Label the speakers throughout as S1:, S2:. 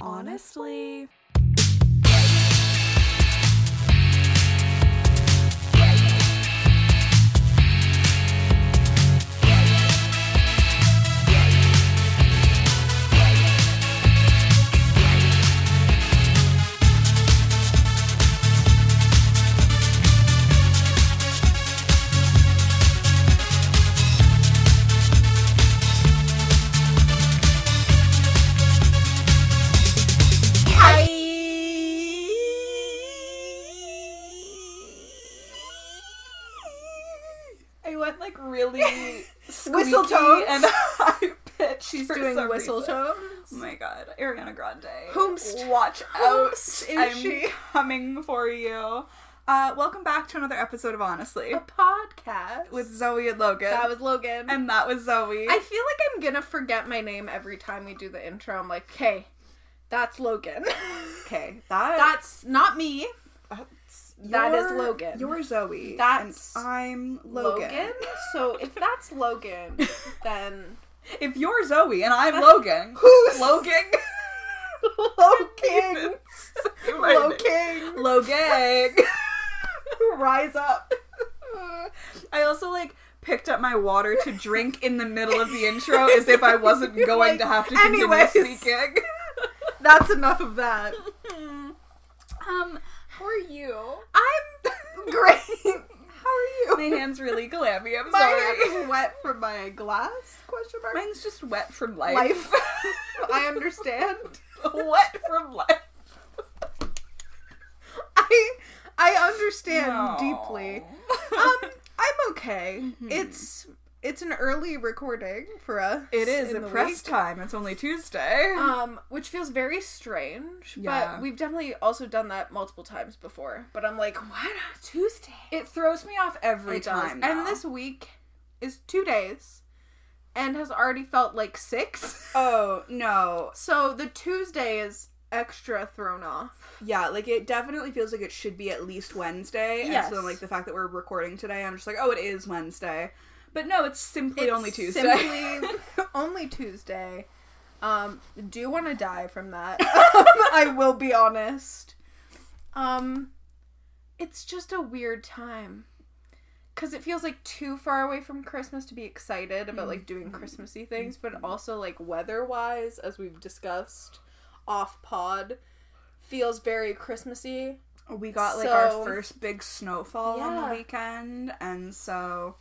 S1: honestly.
S2: I went like really squeaky
S1: Whistle tones?
S2: and high pitched.
S1: She's
S2: for
S1: doing
S2: some
S1: whistle
S2: reason.
S1: tones.
S2: Oh my god, Ariana Grande.
S1: Whomst-
S2: Watch
S1: whomst
S2: out.
S1: is
S2: I'm
S1: she?
S2: coming for you. Uh, welcome back to another episode of Honestly
S1: A podcast
S2: with Zoe and Logan.
S1: Oh. that was Logan.
S2: and that was Zoe.
S1: I feel like I'm gonna forget my name every time we do the intro. I'm like, hey, that's Logan.
S2: okay, that,
S1: that's not me.
S2: that's
S1: that is
S2: you're-
S1: Logan.
S2: You're Zoe.
S1: That's
S2: and I'm
S1: Logan.
S2: Logan.
S1: So if that's Logan, then
S2: If you're Zoe and I'm Logan, who's Logan?
S1: Logan.
S2: Logan. Logan.
S1: Rise up.
S2: I also like picked up my water to drink in the middle of the intro as if I wasn't
S1: You're
S2: going
S1: like,
S2: to have to continue
S1: "Anyways."
S2: speaking.
S1: That's enough of that.
S2: um,
S1: How are you?
S2: I'm
S1: Great. How are
S2: My
S1: you?
S2: hand's really clammy. I'm
S1: My
S2: sorry.
S1: hand is wet from my glass? Question mark.
S2: Mine's just wet from life.
S1: Life. I understand.
S2: wet from life.
S1: I I understand
S2: No.
S1: deeply. Um, I'm okay. It's it's an early recording for us.
S2: it is
S1: in
S2: a
S1: the
S2: press
S1: week.
S2: time. It's only Tuesday.
S1: um, which feels very strange.
S2: Yeah.
S1: But we've definitely also done that multiple times before. But I'm like, what on Tuesday?
S2: it throws me off every
S1: It does.
S2: time. now.
S1: And this week is two days, and has already felt like six.
S2: Oh no.
S1: so the Tuesday is extra thrown off.
S2: Yeah, like it definitely feels like it should be at least Wednesday.
S1: Yes.
S2: And so like the fact that we're recording today, I'm just like, oh it is Wednesday. But no, it's simply
S1: It's
S2: only Tuesday.
S1: Simply only Tuesday. Um, do want to die from that? I will be honest. Um, it's just a weird time because it feels like too far away from Christmas to be excited about like doing Christmassy things, but also like weather-wise, as we've discussed off pod, feels very Christmassy.
S2: we got like our
S1: So-
S2: first big snowfall on
S1: Yeah.
S2: the weekend and so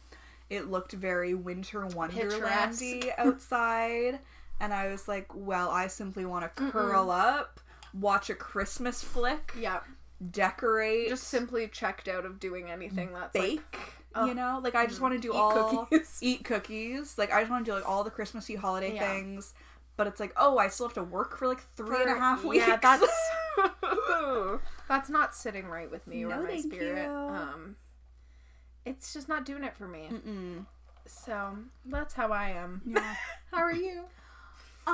S2: it looked very winter wonderlandy
S1: Picturesque.
S2: outside. And I was like, well, I simply want to curl up, watch a Christmas flick,
S1: Yeah,
S2: decorate,
S1: just simply checked out of doing anything that's like,
S2: bake.
S1: oh,
S2: you know, like I just want to do
S1: eat
S2: all
S1: cookies.
S2: eat cookies. Like I just want to do like all the Christmassy holiday
S1: Yeah.
S2: things. But it's like, oh, I still have to work for like three and a
S1: For-
S2: half weeks.
S1: Yeah, that's that's not sitting right with me
S2: No,
S1: or my
S2: thank
S1: spirit.
S2: you.
S1: Um, it's just not doing it for me.
S2: Mm-mm.
S1: So that's how I am.
S2: Yeah.
S1: How are you?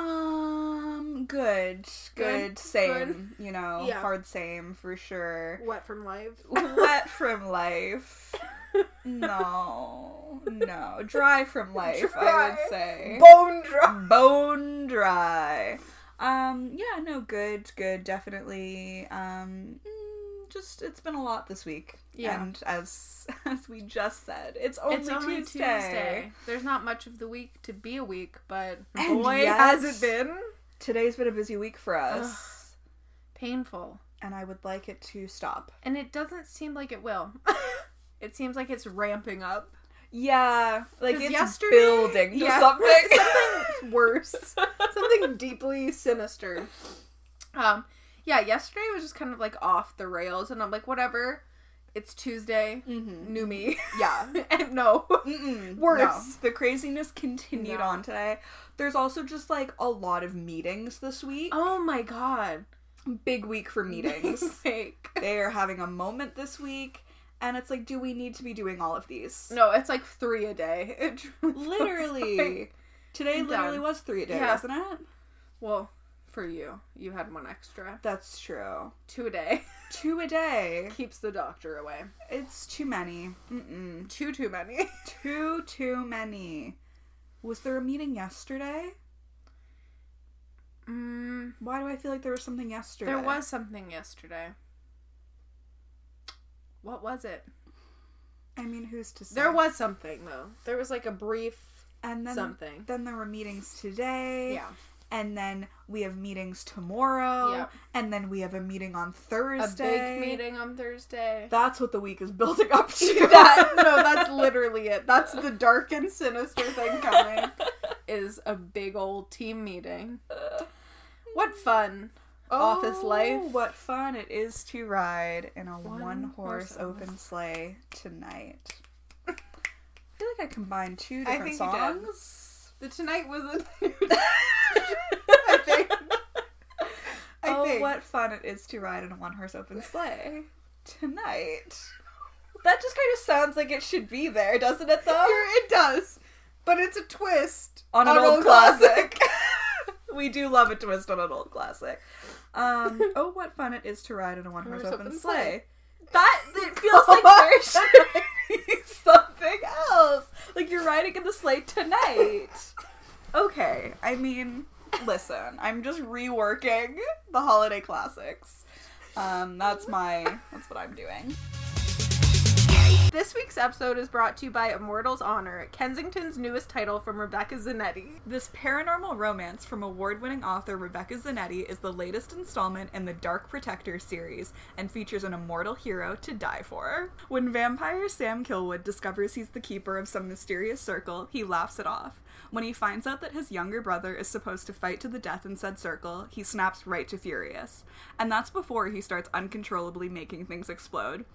S2: Um, good, good,
S1: Good,
S2: same. You know,
S1: Yeah.
S2: hard same for sure.
S1: Wet from life.
S2: Wet from life. No, no, dry from life. I
S1: Dry.
S2: would say
S1: Bone dry.
S2: bone dry. Um, yeah, no, good, good, definitely. Um, mm, just it's been a lot this week.
S1: Yeah.
S2: and as as we just said, it's only,
S1: it's only
S2: Tuesday.
S1: Tuesday. There's not much of the week to be a week, but
S2: And
S1: boy,
S2: yet-
S1: has it been
S2: Today's been a busy week for us,
S1: painful.
S2: and I would like it to stop.
S1: And it doesn't seem like it will. it seems like it's ramping up.
S2: Yeah, like
S1: 'Cause
S2: it's
S1: yesterday-
S2: building to
S1: yeah.
S2: something.
S1: Something worse. something deeply sinister. Um, yeah, yesterday was just kind of like off the rails, and I'm like, whatever. It's Tuesday,
S2: Mhm.
S1: new me,
S2: Yeah.
S1: and no,
S2: Mm-mm,
S1: Worse.
S2: no. The craziness continued
S1: No.
S2: on today. There's also just like a lot of meetings this week.
S1: oh my god,
S2: Big week for meetings.
S1: Like,
S2: they are having a moment this week, and it's like, do we need to be doing all of these?
S1: no, it's like three a day. It truly feels
S2: Literally.
S1: like-
S2: Today
S1: I'm
S2: literally
S1: done.
S2: was three a day,
S1: Yeah.
S2: wasn't it?
S1: well, for you, you had one extra,
S2: That's true.
S1: two a day
S2: Two a day.
S1: keeps the doctor away.
S2: It's too many. Mm-mm.
S1: Too too many.
S2: Too, too many. Was there a meeting yesterday?
S1: Mm,
S2: Why do I feel like there was something yesterday?
S1: there was something yesterday. What was it?
S2: I mean, who's to say?
S1: There was something though. There was like a brief
S2: and then
S1: something.
S2: then there were meetings today.
S1: Yeah.
S2: And then we have meetings tomorrow.
S1: Yep.
S2: And then we have a meeting on
S1: A
S2: Thursday.
S1: big meeting on Thursday.
S2: That's what the week is building up to.
S1: that no, that's literally it. That's the dark and sinister thing coming. Is a big old team meeting. What fun. Office
S2: Oh,
S1: life.
S2: What fun it is to ride in a one, horse
S1: horse
S2: open sleigh tonight. I feel like I combined two
S1: I
S2: different
S1: think you did.
S2: songs.
S1: The tonight was a I think. I
S2: oh,
S1: think.
S2: what fun it is to ride in a one horse open sleigh tonight. That just kind of sounds like it should be there, doesn't it, though?
S1: Here it does. But it's a twist
S2: on an
S1: an
S2: old,
S1: old
S2: classic. we do love a twist on an old classic. Um, oh, what fun it is to ride in a one horse
S1: Horse
S2: open
S1: open
S2: sleigh. That it feels like there should be something else. Like you're riding in the sleigh tonight. Okay, I mean, listen, I'm just reworking the holiday classics. Um, that's my that's what I'm doing.
S1: This week's episode is brought to you by Immortals Honor, Kensington's newest title from Rebecca Zanetti.
S2: This paranormal romance from award winning author Rebecca Zanetti is the latest installment in the Dark Protector series and features an immortal hero to die for. When vampire Sam Kilwood discovers he's the keeper of some mysterious circle, he laughs it off. When he finds out that his younger brother is supposed to fight to the death in said circle, he snaps right to furious. And that's before he starts uncontrollably making things explode.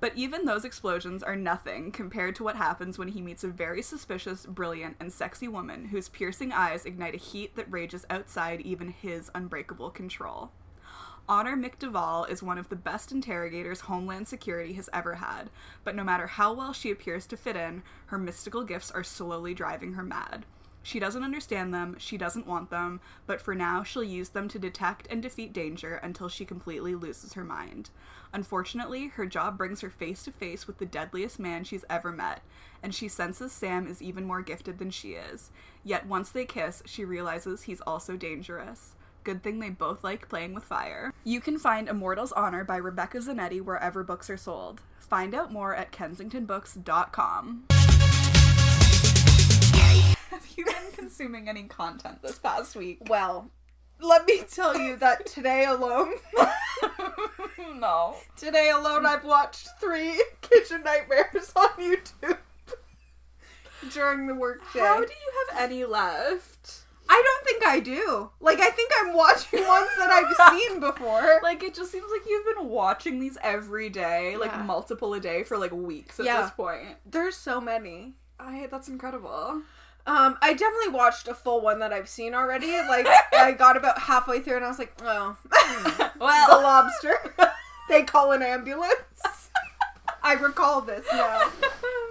S2: But even those explosions are nothing compared to what happens when he meets a very suspicious, brilliant, and sexy woman whose piercing eyes ignite a heat that rages outside even his unbreakable control. Honor McDuvall is one of the best interrogators Homeland Security has ever had, but no matter how well she appears to fit in, her mystical gifts are slowly driving her mad. She doesn't understand them, she doesn't want them, but for now she'll use them to detect and defeat danger until she completely loses her mind. Unfortunately, her job brings her face to face with the deadliest man she's ever met, and she senses Sam is even more gifted than she is. Yet once they kiss, she realizes he's also dangerous. Good thing they both like playing with fire. You can find Immortals Honor by Rebecca Zanetti wherever books are sold. Find out more at kensingtonbooks.com. Have you been consuming any content this past week?
S1: Well, let me tell you that today alone,
S2: no.
S1: today alone, I've watched three kitchen nightmares on YouTube during the workday.
S2: How do you have any left?
S1: I don't think I do. Like, I think I'm watching ones that I've seen before.
S2: Like it just seems like you've been watching these every day, like
S1: Yeah.
S2: multiple a day for like weeks at
S1: Yeah.
S2: this point.
S1: There's so many.
S2: I that's incredible.
S1: Um, I definitely watched a full one that I've seen already. Like, I got about halfway through and I was like, oh,
S2: Hmm. Well-
S1: the lobster. they call an ambulance. I recall this now.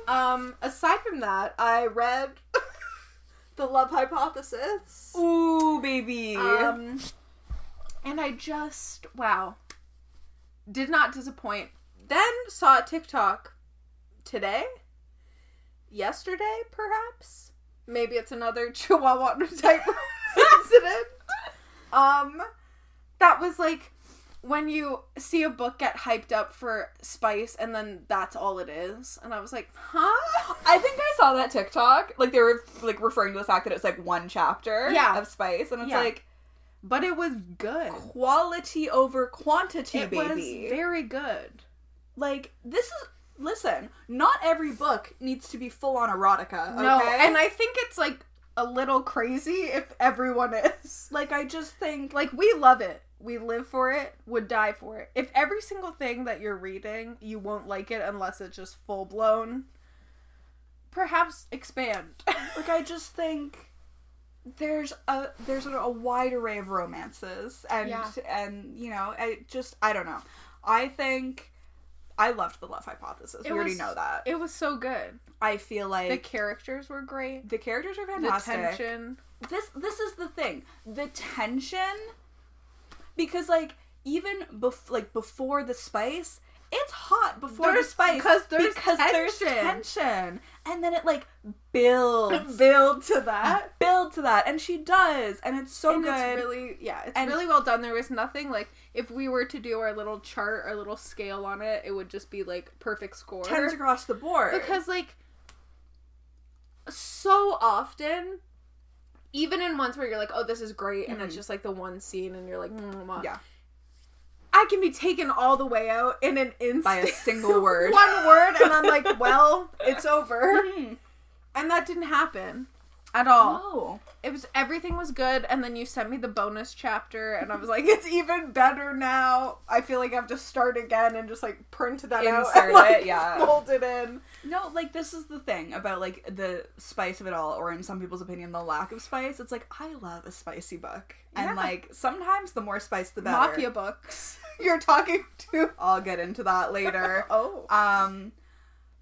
S1: Um, aside from that, I read The Love Hypothesis.
S2: Ooh, baby.
S1: Um, and I just, wow, did not disappoint. Then saw a TikTok today, yesterday, perhaps. Maybe it's another Chihuahua type incident. Um, that was like when you see a book get hyped up for spice and then that's all it is. And I was like, huh?
S2: I think I saw that TikTok. Like they were like referring to the fact that it's like one chapter
S1: Yeah.
S2: of spice, and it's
S1: Yeah.
S2: like
S1: But it was good.
S2: quality over quantity,
S1: It was
S2: baby.
S1: very good.
S2: like this is listen. Not every book needs to be full on erotica. Okay?
S1: No, and I think it's like a little crazy if everyone is.
S2: like I just think like
S1: Like we love it. We live for it, would die for it. If every single thing that you're reading, you won't like it unless it's just full blown. Perhaps expand.
S2: like I just think there's a there's a, a wide array of romances and
S1: Yeah.
S2: and you know I just I don't know. I think I loved the love hypothesis.
S1: It
S2: we already
S1: was-
S2: know that.
S1: it was so good.
S2: I feel like
S1: The characters were great.
S2: The characters are
S1: The
S2: fantastic.
S1: tension.
S2: This this is the thing. The tension because like even bef- like before the spice, It's hot before
S1: There's-
S2: the spice
S1: 'cause there's
S2: because there's
S1: tension.
S2: tension. And then it like builds,
S1: build to that.
S2: build to that, and she does, and it's so
S1: and
S2: good.
S1: it's really yeah, it's
S2: And-
S1: really well done. There was nothing like if we were to do our little chart, our little scale on it, it would just be like perfect score.
S2: Tens across the board
S1: because like so often even in ones where you're like oh this is great and it's just like the one scene and you're like mm
S2: Mm-hmm. Yeah.
S1: i can be taken all the way out in an instant
S2: by a single word.
S1: one word and i'm like well it's over
S2: Mm-hmm.
S1: and that didn't happen at all
S2: Oh,
S1: it was everything was good and then you sent me the bonus chapter and i was like it's even better now i feel like i have to start again and just like print that out
S2: Insert
S1: and, like,
S2: it, yeah.
S1: fold it in
S2: No, like this is the thing about like the spice of it all, or in some people's opinion, the lack of spice. It's like I love a spicy book,
S1: Yeah.
S2: and like sometimes the more spice, the better.
S1: mafia books you're talking to.
S2: I'll get into that later.
S1: Oh.
S2: um,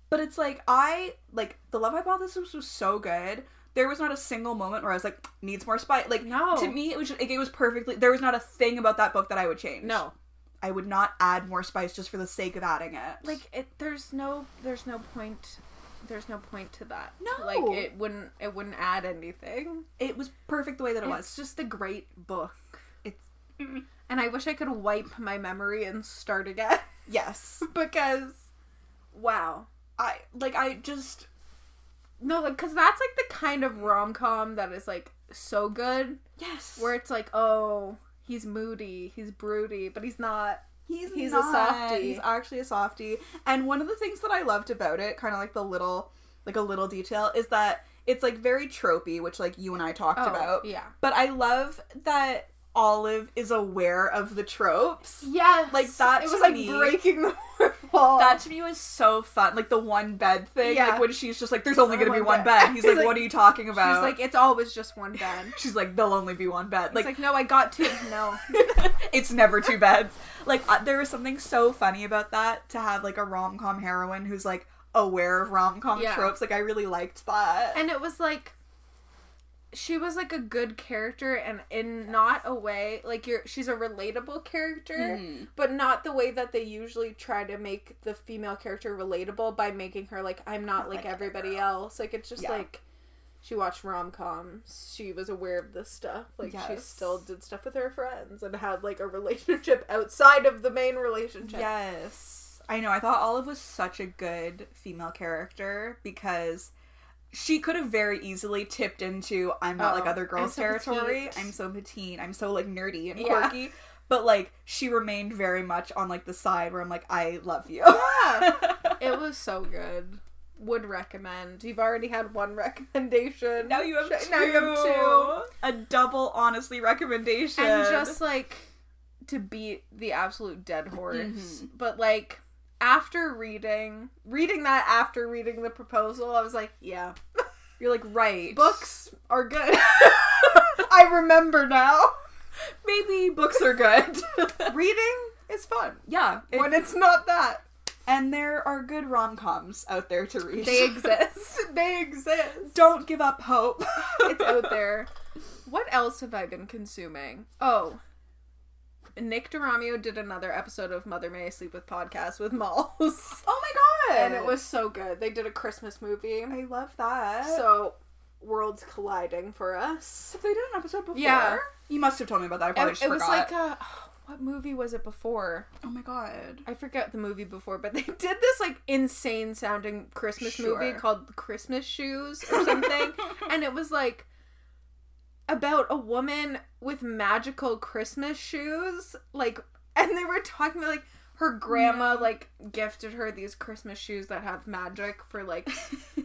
S2: but it's like I like the Love Hypothesis was so good. There was not a single moment where I was like needs more spice. Like
S1: No.
S2: to me it was just, like, it was perfectly. There was not a thing about that book that I would change.
S1: No.
S2: I would not add more spice just for the sake of adding it.
S1: Like it there's no there's no point there's no point to that.
S2: No.
S1: Like it wouldn't it wouldn't add anything.
S2: it was perfect the way that it was.
S1: It's just a great book.
S2: It's
S1: And I wish I could wipe my memory and start again
S2: yes.
S1: because wow.
S2: I like I just
S1: No, like cuz that's like the kind of rom-com that is like so good
S2: yes.
S1: where it's like, "Oh, he's moody, he's broody, but he's not."
S2: He's
S1: He's a
S2: not.
S1: softie.
S2: He's actually a softie. And one of the things that I loved about it, kind of like the little, like a little detail, is that it's like very tropey, which like you and I talked
S1: Oh,
S2: about.
S1: yeah.
S2: But I love that Olive is aware of the tropes.
S1: Yeah,
S2: Like, that
S1: It
S2: to
S1: was like
S2: me-
S1: breaking the fourth wall.
S2: That to me was so fun. Like the one bed thing.
S1: Yeah.
S2: Like when she's just like, "There's only going to
S1: Only
S2: be
S1: one
S2: one
S1: bed.
S2: Oh bed." He's like,
S1: He's
S2: "What
S1: like-
S2: are you talking about?"
S1: She's like, it's always just one bed.
S2: "She's like, there'll only be one bed."
S1: It's like, no, I got two. No.
S2: it's never two beds. Like uh, there was something so funny about that to have like a rom com heroine who's like aware of rom com
S1: Yeah.
S2: tropes. Like I really liked that.
S1: and it was like, she was like a good character, and in not a way like you're. She's a relatable character,
S2: Mm-hmm.
S1: but not the way that they usually try to make the female character relatable by making her like I'm not like,
S2: like
S1: everybody
S2: everyone
S1: else. Like it's just
S2: Yeah.
S1: like. She watched rom coms. She was aware of this stuff. Like she
S2: Yes.
S1: still did stuff with her friends and had like a relationship outside of the main relationship.
S2: yes, I know. I thought Olive was such a good female character because she could have very easily tipped into I'm not like
S1: Oh,
S2: other girls
S1: I'm so
S2: territory.
S1: petite.
S2: I'm so petite. I'm so like nerdy and
S1: Yeah.
S2: quirky. But like she remained very much on like the side where I'm like I love you.
S1: It was so good. Would recommend. You've already had one recommendation.
S2: Now you have
S1: Sh-
S2: two.
S1: Now you have two.
S2: A double, honestly, recommendation.
S1: And just like to beat the absolute dead horse, but like after reading reading that after reading the proposal, I was like, yeah,
S2: you're like right
S1: books are good. I remember now.
S2: Maybe books are good.
S1: Reading is fun
S2: yeah, it-
S1: when it's not that.
S2: and there are good rom coms out there to read.
S1: They exist. they exist.
S2: Don't give up hope.
S1: it's out there. What else have I been consuming? Oh, Nick DiRamio did another episode of Mother May I Sleep with podcast with Malls,
S2: Oh my god!
S1: and it was so good. They did a Christmas movie,
S2: I love that.
S1: so worlds colliding for us.
S2: So they did an episode before.
S1: Yeah.
S2: You must have told me about that. I
S1: It,
S2: probably just
S1: it was
S2: forgot.
S1: like a what movie was it before?
S2: oh my god.
S1: I forget the movie before, but they did this like insane sounding Christmas movie
S2: Sure.
S1: called Christmas Shoes or something. and it was like about a woman with magical Christmas shoes. Like, and they were talking about like her grandma like gifted her these Christmas shoes that have magic for like,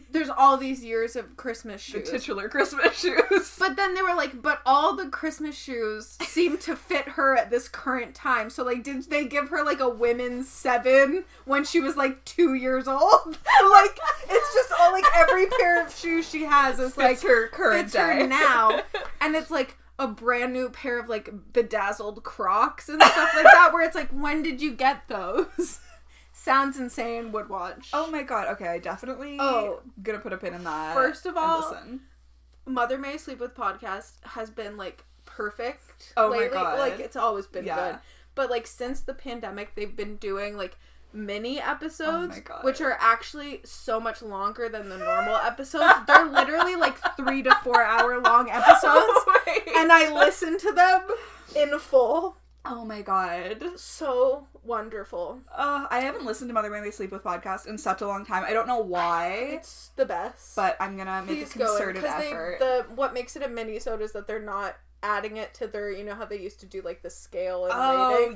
S1: there's all these years of Christmas
S2: The
S1: shoes.
S2: titular Christmas shoes.
S1: But then they were like, but all the Christmas shoes seem to fit her at this current time. So like, did they give her like a women's seven when she was like two years old? like, it's just all like every pair of shoes she has is like
S2: It's her current
S1: fits her
S2: day.
S1: now, and it's like a brand new pair of like bedazzled Crocs and stuff like that. Where it's like, when did you get those? Sounds insane. Would watch.
S2: Oh my god. Okay, I definitely
S1: Oh.
S2: gonna put a pin in that.
S1: First of
S2: and
S1: all,
S2: listen.
S1: Mother May I Sleep With podcast has been like perfect.
S2: Oh my
S1: lately.
S2: God.
S1: Like it's always been
S2: Yeah.
S1: good. But like since the pandemic, they've been doing like mini episodes,
S2: Oh God.
S1: which are actually so much longer than the normal episodes. They're literally like three to four hour long episodes.
S2: Wait.
S1: And I listen to them in full.
S2: oh my god.
S1: So wonderful.
S2: Uh, I haven't listened to Mother Made Me Sleep With podcast in such a long time. I don't know why,
S1: It's the best.
S2: but I'm gonna make
S1: Please
S2: a
S1: go in
S2: concerted
S1: because they
S2: effort.
S1: the what makes it a mini sode is that they're not adding it to their you know how they used to do like the scale and rating.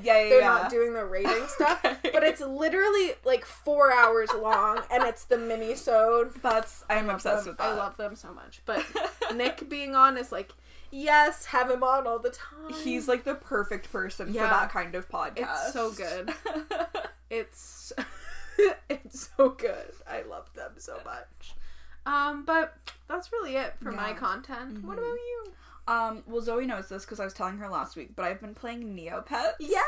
S2: oh yeah, yeah,
S1: they're
S2: yeah.
S1: not doing the rating stuff.
S2: Okay.
S1: But it's literally like four hours long, and it's the mini sode.
S2: That's I'm obsessed with that.
S1: I love them so much. But Nick being on is like, yes, have him on all the time.
S2: He's like the perfect person for
S1: Yeah.
S2: that kind of podcast.
S1: it's so good. It's it's so good. I love them so much. Um, but that's really it for my
S2: Yeah.
S1: content. What
S2: Mhm.
S1: about you?
S2: um, well, Zoe knows this because I was telling her last week, but I've been playing Neopets.
S1: Yeah.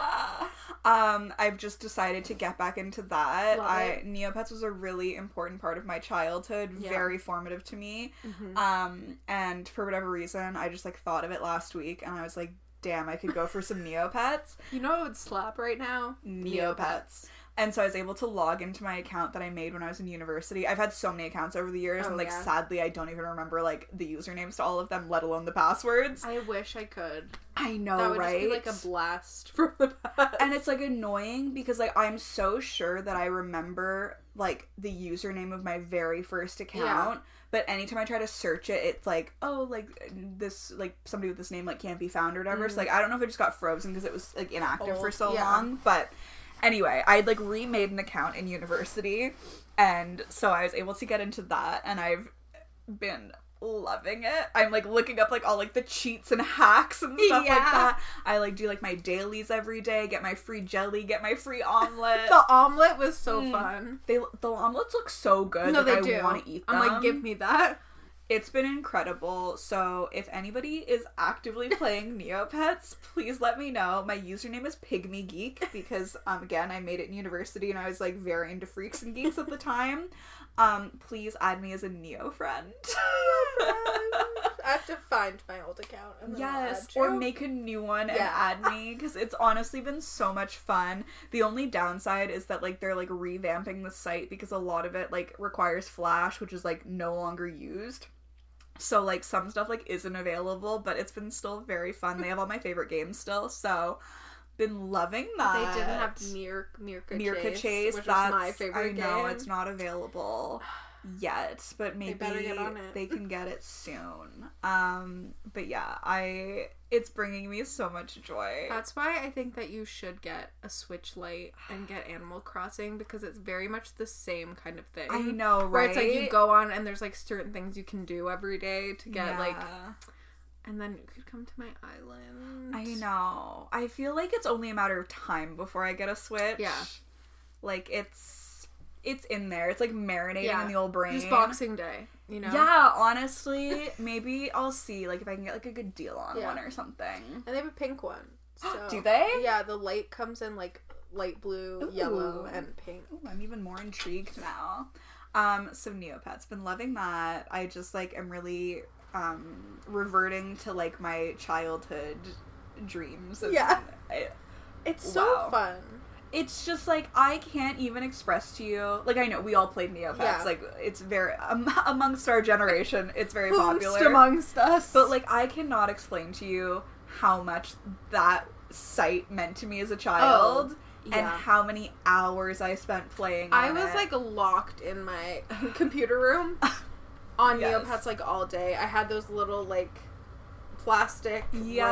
S2: Ah. Um, I've just decided to get back into that.
S1: Love
S2: I Neopets was a really important part of my childhood,
S1: Yeah.
S2: very formative to me. Um, and for whatever reason, I just like thought of it last week, and I was like, "Damn, I could go for some Neopets."
S1: You know what would slap right now?
S2: Neopets. And so I was able to log into my account that I made when I was in university. I've had so many accounts over the years,
S1: Oh,
S2: and like
S1: yeah.
S2: sadly, I don't even remember like the usernames to all of them, let alone the passwords. I,
S1: I wish I could.
S2: know,
S1: that would
S2: Oh, right?
S1: just be like a blast from the past.
S2: and it's like annoying because like I'm so sure that I remember like the username of my very first account, but anytime I try to search it, it's like oh like this like somebody with this name like can't be found or whatever. So like I don't know if it just got frozen because it was like inactive for
S1: Mm. Old,
S2: so
S1: yeah.
S2: long, but. Anyway, I like remade an account in university, and so I was able to get into that, and I've been loving it. I'm like looking up like all like the cheats and hacks and stuff like
S1: Yeah.
S2: that. I like do like my dailies every day, get my free jelly, get my free omelet.
S1: the omelet was so
S2: Mm.
S1: fun.
S2: they the omelets look so good.
S1: No,
S2: like,
S1: they
S2: I
S1: do.
S2: want to eat them.
S1: I'm like, give me that.
S2: It's been incredible. So if anybody is actively playing Neopets, please let me know. My username is Pygmy Geek because um again I made it in university and I was like very into freaks and geeks at the time. Um, please add me as a Neo friend.
S1: I have to find my old account. And then I'll
S2: Yes,
S1: add
S2: or
S1: you.
S2: make a new one
S1: Yeah.
S2: and add me because it's honestly been so much fun. The only downside is that like they're like revamping the site because a lot of it like requires Flash, which is like no longer used. So like some stuff like isn't available, but it's been still very fun. They have all my favorite games still, so been loving
S1: They
S2: that.
S1: didn't have Mir- Mirka,
S2: Mirka
S1: Chase,
S2: Chase.
S1: which is
S2: that's
S1: my favorite
S2: I know
S1: game.
S2: it's not available yet, but maybe
S1: better get on it.
S2: they can get it soon. Um, but yeah, I it's bringing me so much joy.
S1: That's why I think that you should get a Switch Lite and get Animal Crossing because it's very much the same kind of thing.
S2: I know, right?
S1: Where it's like you go on and there's like certain things you can do every day to get like,
S2: Yeah.
S1: and then you could come to my island.
S2: I know. I feel like it's only a matter of time before I get a switch.
S1: Yeah.
S2: like it's it's in there. It's like marinating
S1: Yeah.
S2: in the old brain.
S1: Just Boxing Day, you know.
S2: Yeah, honestly, maybe I'll see like if I can get like a good deal on
S1: Yeah.
S2: one or something.
S1: And they have a pink one. So.
S2: Do they?
S1: Yeah, the light comes in like light blue,
S2: Ooh.
S1: yellow, and pink.
S2: Ooh, I'm even more intrigued now. Um, so Neopets, been loving that. I just like am really um reverting to like my childhood dreams. and
S1: Yeah.
S2: I-
S1: It's
S2: Wow.
S1: so fun.
S2: it's just like I can't even express to you. Like I know we all played Neopets.
S1: Yeah.
S2: Like it's very um, amongst our generation, it's very popular.
S1: amongst us.
S2: But like I cannot explain to you how much that site meant to me as a child. And
S1: Oh, yeah.
S2: how many hours I spent playing.
S1: I
S2: on
S1: was
S2: it.
S1: like locked in my computer room on
S2: Yes.
S1: Neopets like all day. I had those little like plastic
S2: Yes.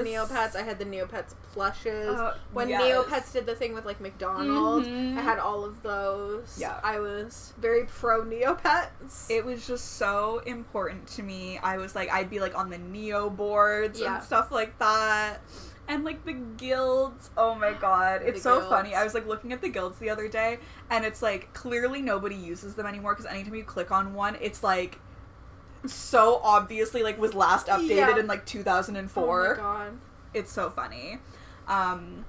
S1: robot Neopets. I had the Neopets plushes.
S2: Oh,
S1: when
S2: yes.
S1: Neopets did the thing with like McDonald's,
S2: Mhm.
S1: I had all of those.
S2: Yeah.
S1: I was very pro Neopets.
S2: It was just so important to me. I was like, I'd be like on the Neo boards
S1: Yeah.
S2: and stuff like that. And like the guilds. Oh my god. It's
S1: The
S2: so
S1: guilds.
S2: funny. I was like looking at the guilds the other day and it's like clearly nobody uses them anymore because anytime you click on one, it's like so obviously like was last updated
S1: Yeah.
S2: in like 2004
S1: Oh my god.
S2: it's so funny. Um,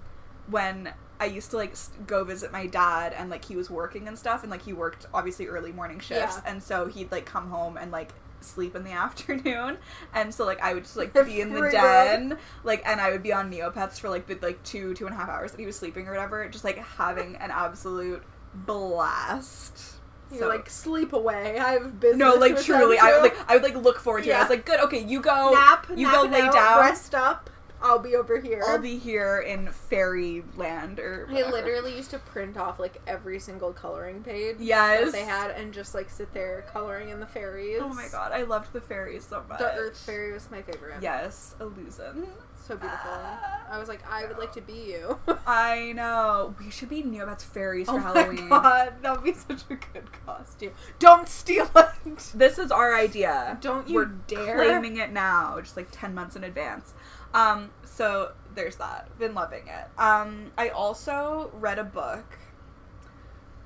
S2: when I used to like s- go visit my dad and like he was working and stuff and like he worked obviously early morning shifts
S1: Yeah.
S2: and so he'd like come home and like sleep in the afternoon, and so like I would just like
S1: You're
S2: be in the
S1: free,
S2: den, like, and I would be on Neopets for like the like two two and a half hours that he was sleeping or whatever, just like having an absolute blast.
S1: You're
S2: So-
S1: like sleep away. I have business.
S2: no, like
S1: to
S2: truly,
S1: attend
S2: I would,
S1: to."
S2: like I would like look forward to it. I was
S1: Yeah.
S2: like, good, okay, you go,
S1: nap.
S2: you
S1: nap
S2: go
S1: it
S2: lay
S1: out,
S2: down.
S1: Rest up. I'll be over here.
S2: I'll be here in fairyland or
S1: I
S2: whatever.
S1: literally used to print off like every single coloring page
S2: yes
S1: that they had and just like sit there coloring in the fairies.
S2: Oh my god, I loved the fairies so much.
S1: The Earth Fairy was my favorite.
S2: Yes, Illusion.
S1: So beautiful.
S2: Ah.
S1: I was like, I would like to be you.
S2: I know. We should be Neobats fairies for
S1: oh
S2: Halloween.
S1: my god, that would be such a good costume. Don't steal it!
S2: This is our idea.
S1: Don't you
S2: We're
S1: dare.
S2: claiming it now, just like ten months in advance. Um, so there's that. Been loving it. Um, I also read a book,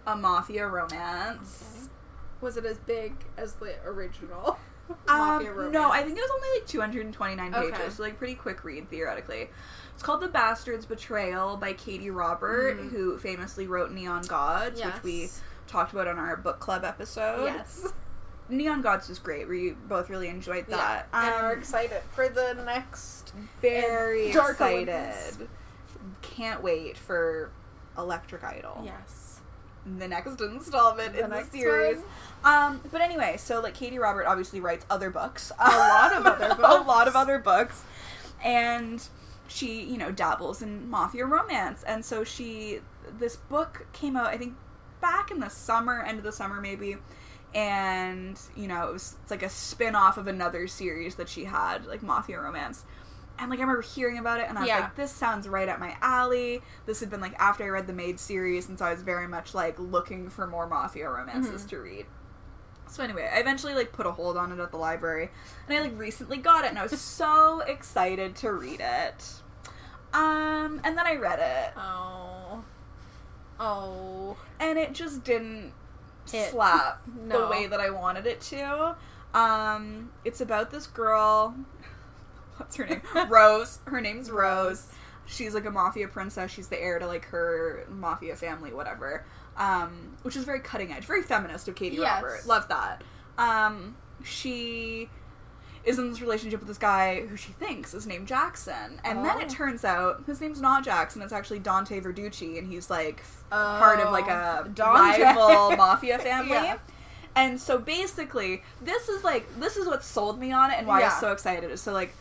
S2: a mafia romance.
S1: Was it as big as the original?
S2: Um,
S1: Mafia romance?
S2: no, I think it was only like 229 pages,
S1: Okay.
S2: so like pretty quick read theoretically. It's called The Bastard's Betrayal by Katie Robert,
S1: Mhm.
S2: who famously wrote Neon Gods, which we
S1: Yes.
S2: talked about on our book club episode.
S1: Yes.
S2: Neon Gods was great. We both really enjoyed that.
S1: Yeah. and are
S2: Um,
S1: excited for the next.
S2: very
S1: and Dark
S2: excited.
S1: Olympus.
S2: Can't wait for Electric Idol
S1: Yes.
S2: the next installment
S1: The
S2: in the
S1: next
S2: series.
S1: one.
S2: Um, but anyway, so like Katie Robert obviously writes other books, a
S1: lot of other
S2: a lot of
S1: books.
S2: other books, and she you know dabbles in mafia romance, and so she this book came out I think back in the summer, end of the summer maybe. And you know, it was it's like a spin off of another series that she had, like Mafia Romance. And like I remember hearing about it, and I was
S1: Yeah.
S2: like, "This sounds right up my alley." This had been like after I read the Maid series, and so I was very much like looking for more mafia romances
S1: Mhm.
S2: to read. So anyway, I eventually like put a hold on it at the library, and I like recently got it, and I was so excited to read it. Um, and then I read it,
S1: Oh. Oh.
S2: and it just didn't
S1: It-
S2: slap the
S1: No.
S2: way that I wanted it to. Um, it's about this girl. What's her name? Rose. Her name's Rose. She's like a mafia princess. She's the heir to like her mafia family, whatever. Um, which is very cutting edge, very feminist of Katie
S1: Yes.
S2: Robert. Love that. Um, she is in this relationship with this guy who she thinks is named Jackson, and then it
S1: Oh.
S2: turns out his name's not Jackson. It's actually Dante Verducci, and he's like part of like a rival mafia family.
S1: Oh, Yeah.
S2: And so basically, this is like this is what sold me on it and why I was
S1: Yeah.
S2: so excited. Is So like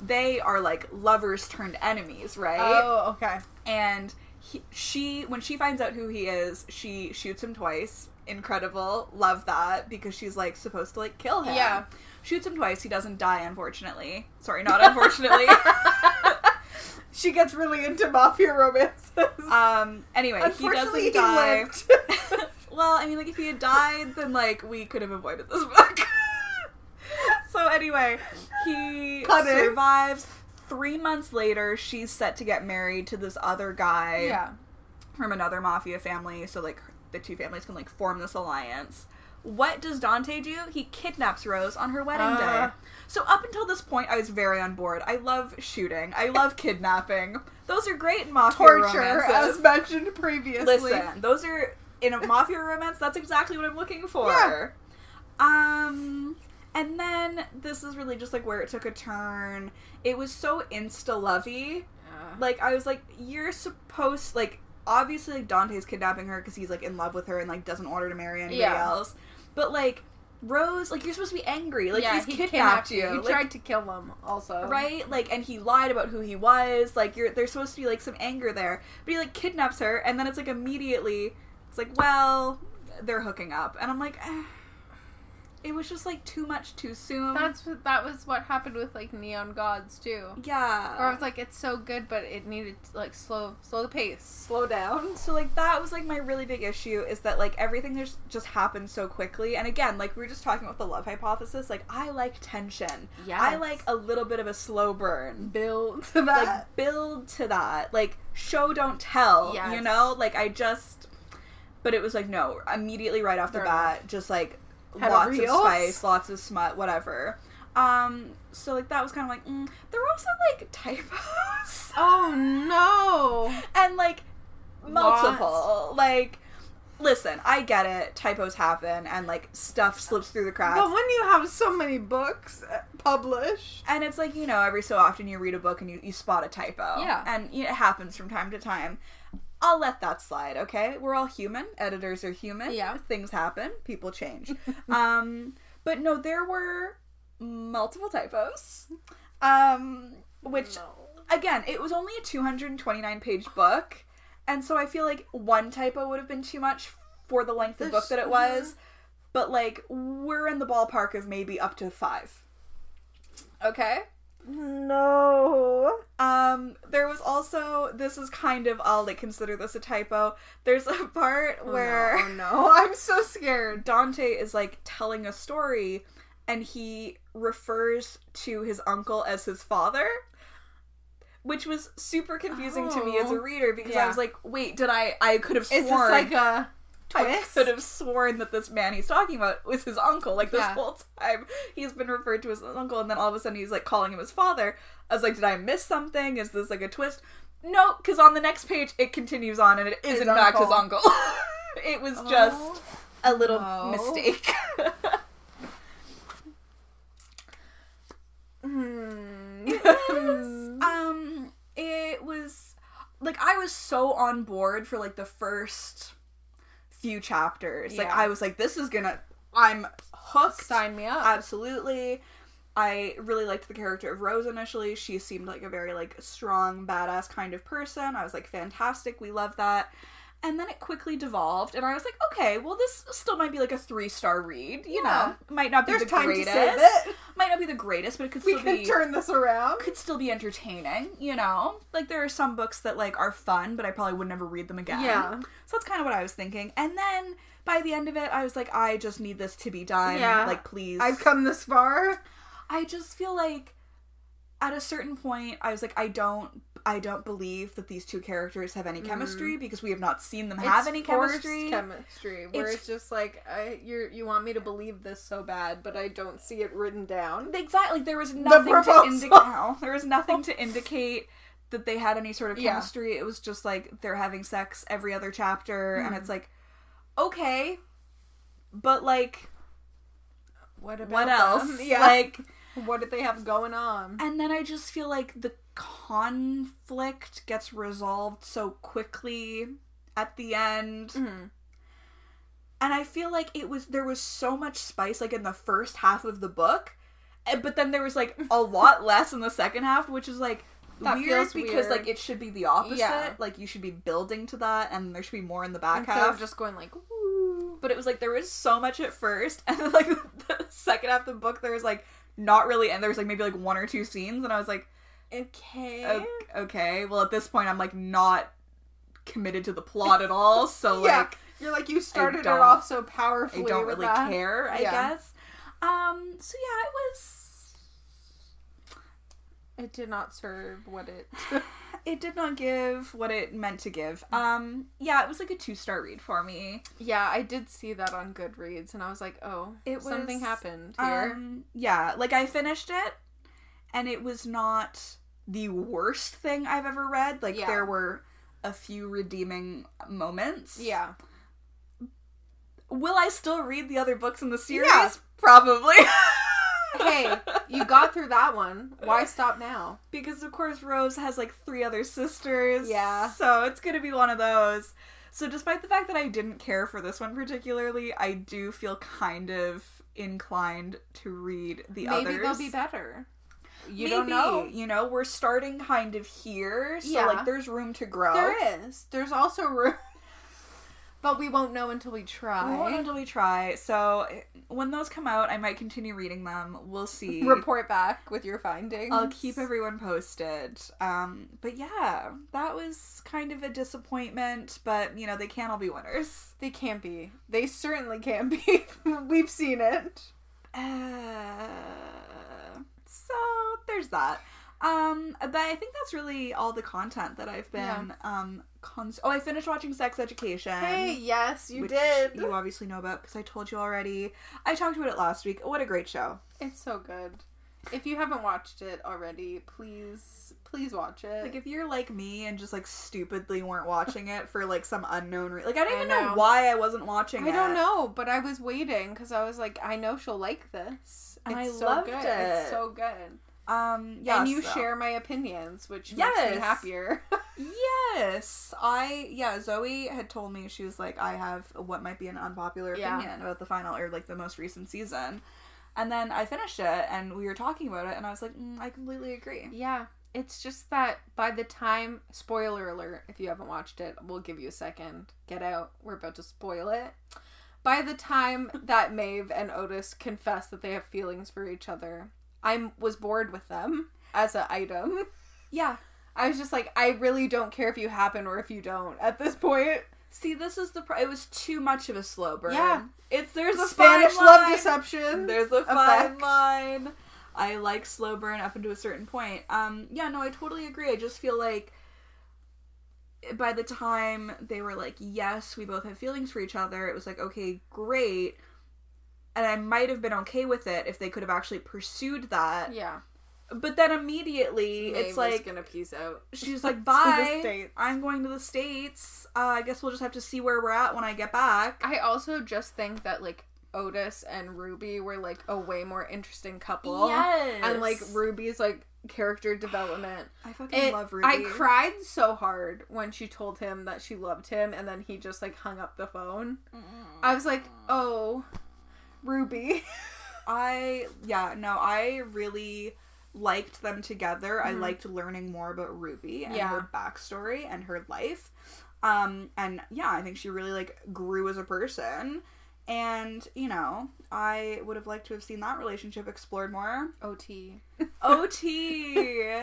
S2: they are like lovers turned enemies, right?
S1: Oh, okay.
S2: And he, she when she finds out who he is, she shoots him twice. Incredible. Love that because she's like supposed to like kill him.
S1: Yeah.
S2: Shoots him twice. He doesn't die unfortunately. Sorry, not unfortunately.
S1: She gets really into mafia romances.
S2: um anyway, he doesn't
S1: Unfortunately, he
S2: die.
S1: lived.
S2: well, I mean, like if he had died, then like we could have avoided this book. so anyway, he
S1: Cutting.
S2: survives. Three months later, she's set to get married to this other guy
S1: yeah.
S2: from another mafia family. So like the two families can like form this alliance. What does Dante do? He kidnaps Rose on her wedding
S1: Ah.
S2: day. So up until this point, I was very on board. I love shooting. I love kidnapping. Those are great in mafia
S1: Torture,
S2: romances.
S1: as mentioned previously.
S2: Listen, those are in a mafia romance. That's exactly what I'm looking for. Um, and then this is really just like where it took a turn. It was so insta lovey. Like I was like, you're supposed like obviously like Dante's kidnapping her because he's like in love with her and like doesn't want her to marry anybody
S1: Yeah.
S2: else. But like Rose, like you're supposed to be angry. Like
S1: yeah,
S2: he's
S1: he
S2: kidnapped, you.
S1: He
S2: Like,
S1: tried to kill him, also.
S2: right like and he lied about who he was like you're there's supposed to be like some anger there but he like kidnaps her and then it's like immediately it's like well they're hooking up and i'm like eh. it was just like too much too soon
S1: That's what, that was what happened with like Neon Gods too.
S2: yeah
S1: Or I was like, it's so good, but it needed like slow, slow the pace, slow down.
S2: so like that was like my really big issue is that like everything there's just happened so quickly and again like we were just talking about the love hypothesis like i like tension
S1: Yeah,
S2: i like a little bit of a slow burn
S1: build to that.
S2: like build to that like show don't tell you
S1: Yes.
S2: know like i just but it was like no immediately right off the
S1: Fair
S2: bat just like
S1: Had a
S2: lots of
S1: reels?
S2: spice lots of smut whatever um so like that was kind of like mm. there were also like typos
S1: oh no!
S2: and like multiple like Listen, I get it. Typos happen and like stuff slips through the cracks.
S1: But when you have so many books uh, published,
S2: and it's like, you know, every so often you read a book and you, you spot a typo.
S3: Yeah.
S2: And you know, it happens from time to time. I'll let that slide, okay? We're all human. Editors are human.
S3: Yeah.
S2: Things happen. People change. um, but no, there were multiple typos. Um, which again, it was only a 229 page book, and so I feel like one typo would have been too much for the length of
S1: This-
S2: book that it was. But like, we're in the ballpark of maybe up to five. Okay.
S1: no.
S2: Um, there was also this is kind of I'll like consider this a typo. There's a part where
S1: Oh no, I'm so scared.
S2: Dante is like telling a story and he refers to his uncle as his father, which was super confusing to me as a
S1: Oh.
S2: reader because I
S1: Yeah.
S2: was like, wait, did I? I could have sworn.
S1: Is this like a
S2: I
S1: twist?
S2: could have sworn that this man he's talking about was his uncle. Like this
S1: Yeah.
S2: whole time, he's been referred to as his uncle, and then all of a sudden he's like calling him his father. I was like, did I miss something? Is this like a twist? No, because on the next page it continues on, and it is
S1: His
S2: in fact his uncle.
S1: uncle.
S2: Oh. it was just a little
S1: no.
S2: mistake.
S1: Hmm.
S2: um, it was like I was so on board for like the first few chapters. Like
S1: Yeah.
S2: I was like, this is gonna. I'm hooked.
S1: Sign me up.
S2: Absolutely. I really liked the character of Rose initially. She seemed like a very like strong, badass kind of person. I was like, fantastic, we love that. And then it quickly devolved, and I was like, okay, well, this still might be like a three star read. You
S1: Yeah.
S2: know, might not be
S1: There's
S2: the
S1: time
S2: greatest.
S1: to save it.
S2: Might not be the greatest, but it could
S1: We
S2: still
S1: can
S2: be
S1: turn this around.
S2: could still be entertaining. You know, like there are some books that like are fun, but I probably would never read them again.
S1: Yeah.
S2: So that's kind of what I was thinking. And then by the end of it, I was like, I just need this to be done.
S1: Yeah.
S2: Like, please.
S1: I've come this far.
S2: I just feel like at a certain point I was like I don't I don't believe that these two characters have any chemistry because we have not seen them have
S1: Mm. It's
S2: any
S1: forced
S2: chemistry.
S1: Chemistry, where
S2: It's-
S1: it's, just like I, you you want me to believe this so bad, but I don't see it written down.
S2: exactly. There was nothing to
S1: proposal.
S2: indicate there was nothing to indicate that they had any sort of
S1: Yeah.
S2: chemistry. It was just like they're having sex every other chapter and
S1: Mm.
S2: it's like okay but like
S1: What about
S2: what else?
S1: them? Yeah,
S2: Like
S1: what did they have going on?
S2: And then I just feel like the conflict gets resolved so quickly at the end.
S1: Mm-hmm.
S2: And I feel like it was there was so much spice like in the first half of the book, eh, but then there was like a lot less in the second half, which is like
S1: That
S2: weird
S1: feels
S2: because
S1: weird.
S2: like it should be the opposite.
S1: Yeah.
S2: Like you should be building to that and there should be more in the back
S1: Instead
S2: half
S1: of just going like, Ooh.
S2: but it was like there was so much at first and then like the second half of the book there was like not really and there was like maybe like one or two scenes and i was like
S1: okay,
S2: "O- okay well at this point i'm like not committed to the plot at all so
S1: yeah,
S2: like
S1: you're like you started it
S2: don't-
S1: off so
S2: i
S1: powerfully.
S2: don't
S1: with
S2: really
S1: that.
S2: care i
S1: Yeah.
S2: guess um so yeah it was
S1: It did not serve what it.
S2: it did not give what it meant to give
S1: Mm.
S2: um yeah it was like a two star read for me
S1: yeah, I did see that on Goodreads, and I was like, oh,
S2: It
S1: something
S2: was,
S1: happened here.
S2: Um, yeah, like I finished it, and it was not the worst thing I've ever read. Like
S1: Yeah.
S2: there were a few redeeming moments.
S1: yeah,
S2: Will I still read the other books in the series?
S1: Yeah.
S2: Probably.
S1: hey, you got through that one. Why stop now?
S2: because of course Rose has like three other sisters.
S1: Yeah.
S2: So it's gonna be one of those. So despite the fact that I didn't care for this one particularly, I do feel kind of inclined to read the
S1: Maybe
S2: others.
S1: they'll be better. You
S2: Maybe,
S1: don't know.
S2: You know, we're starting kind of here, so
S1: Yeah.
S2: like there's room to grow.
S1: There is. There's also room. But we won't know until we
S2: We won't
S1: try.
S2: until we try. So eh, when those come out, I might continue reading them. We'll see.
S1: Report back with your findings.
S2: I'll keep everyone posted. Um, but yeah, that was kind of a disappointment. But you know, they can all be winners.
S1: They can't be. They certainly can't be. We've seen it.
S2: Uh, so there's that. Um, but I think that's really all the content that I've been. Um, cons- oh, I finished watching Sex Education.
S1: Hey, yes, you
S2: Um, which
S1: did.
S2: You obviously know about because I told you already. I talked about it last week. What a great show!
S1: It's so good. If you haven't watched it already, please please watch it.
S2: Like if you're like me and just like stupidly weren't watching it for like some unknown reason, like I don't
S1: I
S2: even know.
S1: know.
S2: why I wasn't watching.
S1: I don't
S2: it.
S1: know, but I was waiting because I was like, I know she'll like this.
S2: And I
S1: It's so
S2: loved
S1: good.
S2: it.
S1: It's so good.
S2: Um, yes,
S1: and you
S2: though.
S1: share my opinions, which makes
S2: Yes.
S1: me happier.
S2: Yes, I yeah. Zoe had told me she was like, I have what might be an unpopular
S1: Yeah.
S2: opinion about the final or like the most recent season, and then I finished it and we were talking about it and I was like, mm, I completely agree.
S1: yeah. It's just that by the time spoiler alert, if you haven't watched it, we'll give you a second. Get out. We're about to spoil it. By the time that Maeve and Otis confess that they have feelings for each other, I was bored with them as an item.
S2: Yeah.
S1: I was just like, I really don't care if you happen or if you don't at this point.
S2: See, this is the pro- it was too much of a slow burn.
S1: Yeah.
S2: It's there's a
S1: Spanish
S2: fine
S1: love
S2: line.
S1: deception.
S2: There's a fine
S1: effect.
S2: line. I like slow burn up into a certain point. Um, yeah, no, I totally agree. I just feel like by the time they were like, yes, we both have feelings for each other, it was like, okay, great. And I might have been okay with it if they could have actually pursued that.
S1: yeah,
S2: But then immediately,
S1: Maeve
S2: it's
S1: is
S2: like,
S1: gonna peace out.
S2: she's like,
S1: the
S2: bye.
S1: States."
S2: I'm going to the States. Uh, I guess we'll just have to see where we're at when I get back.
S1: I also just think that like Otis and Ruby were like a way more interesting couple.
S2: Yes.
S1: and like Ruby's like character development.
S2: I fucking
S1: It,
S2: love Ruby.
S1: I cried so hard when she told him that she loved him, and then he just like hung up the phone. I was like,
S2: Mm.
S1: oh, Ruby.
S2: I yeah, no, I really liked them together. I
S1: Mhm.
S2: liked learning more about Ruby and
S1: Yeah.
S2: her backstory and her life. Um and yeah, I think she really like grew as a person. And, you know, I would have liked to have seen that relationship explored more.
S1: Ot.
S2: OT.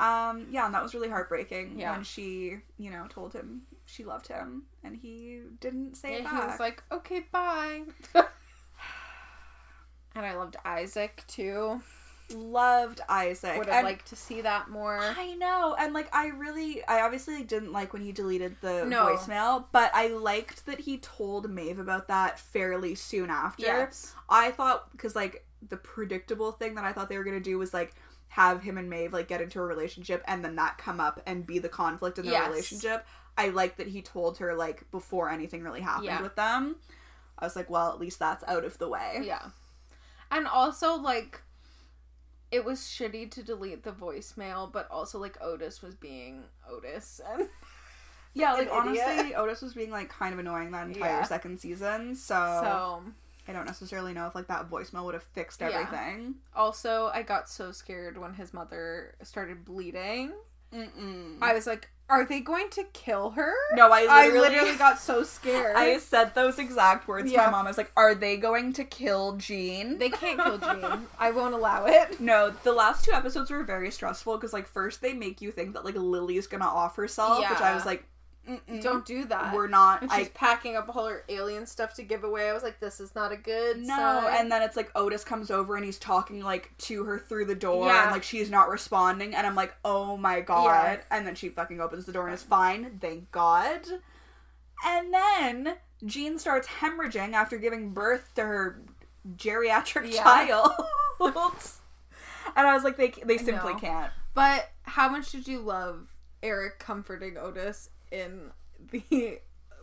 S2: um yeah, and that was really heartbreaking
S1: Yeah.
S2: when she, you know, told him she loved him and he didn't say it
S1: And
S2: back.
S1: he was like, okay, bye. and I loved Isaac too.
S2: loved Isaac.
S1: Would
S2: And-
S1: have liked to see that more.
S2: I know, and like I really, I obviously didn't like when he deleted the
S1: No.
S2: voicemail, but I liked that he told Maeve about that fairly soon after.
S1: Yes.
S2: I thought because like the predictable thing that I thought they were gonna do was like have him and Maeve like get into a relationship and then that come up and be the conflict in their
S1: Yes.
S2: relationship. I liked that he told her like before anything really happened
S1: Yeah.
S2: with them. I was like, well, at least that's out of the way.
S1: Yeah. And also, like, it was shitty to delete the voicemail, but also, like, Otis was being Otis. And
S2: Yeah, like
S1: An idiot.
S2: honestly, Otis was being like kind of annoying that entire
S1: Yeah.
S2: second season.
S1: so,
S2: I don't necessarily know if like that voicemail would have fixed
S1: Yeah.
S2: everything.
S1: also, I got so scared when his mother started bleeding.
S2: Mm-mm.
S1: I was like, are they going to kill her?
S2: no, I
S1: I
S2: literally, I
S1: literally got so scared.
S2: said those exact words to
S1: Yeah.
S2: my mom. I was like, "Are they going to kill Jean?"
S1: They can't kill Jean. I won't allow it.
S2: no, the last two episodes were very stressful because like first they make you think that like Lily's gonna off herself, which I
S1: Yeah.
S2: was like, Mm-mm,
S1: Don't do that.
S2: Mm. we're not."
S1: And she's
S2: I
S1: packing up all her alien stuff to give away. I was like, this is not a good
S2: no,
S1: sign.
S2: and then it's like Otis comes over and he's talking like to her through the door, and
S1: Yeah.
S2: like she's not responding, and I'm like, "Oh my god!" And then she fucking opens the door and is fine, thank God. And then Jean starts hemorrhaging after giving birth to her geriatric
S1: Yeah.
S2: child, and I was like, "They they simply
S1: know.
S2: can't."
S1: But how much did you love Eric comforting Otis in the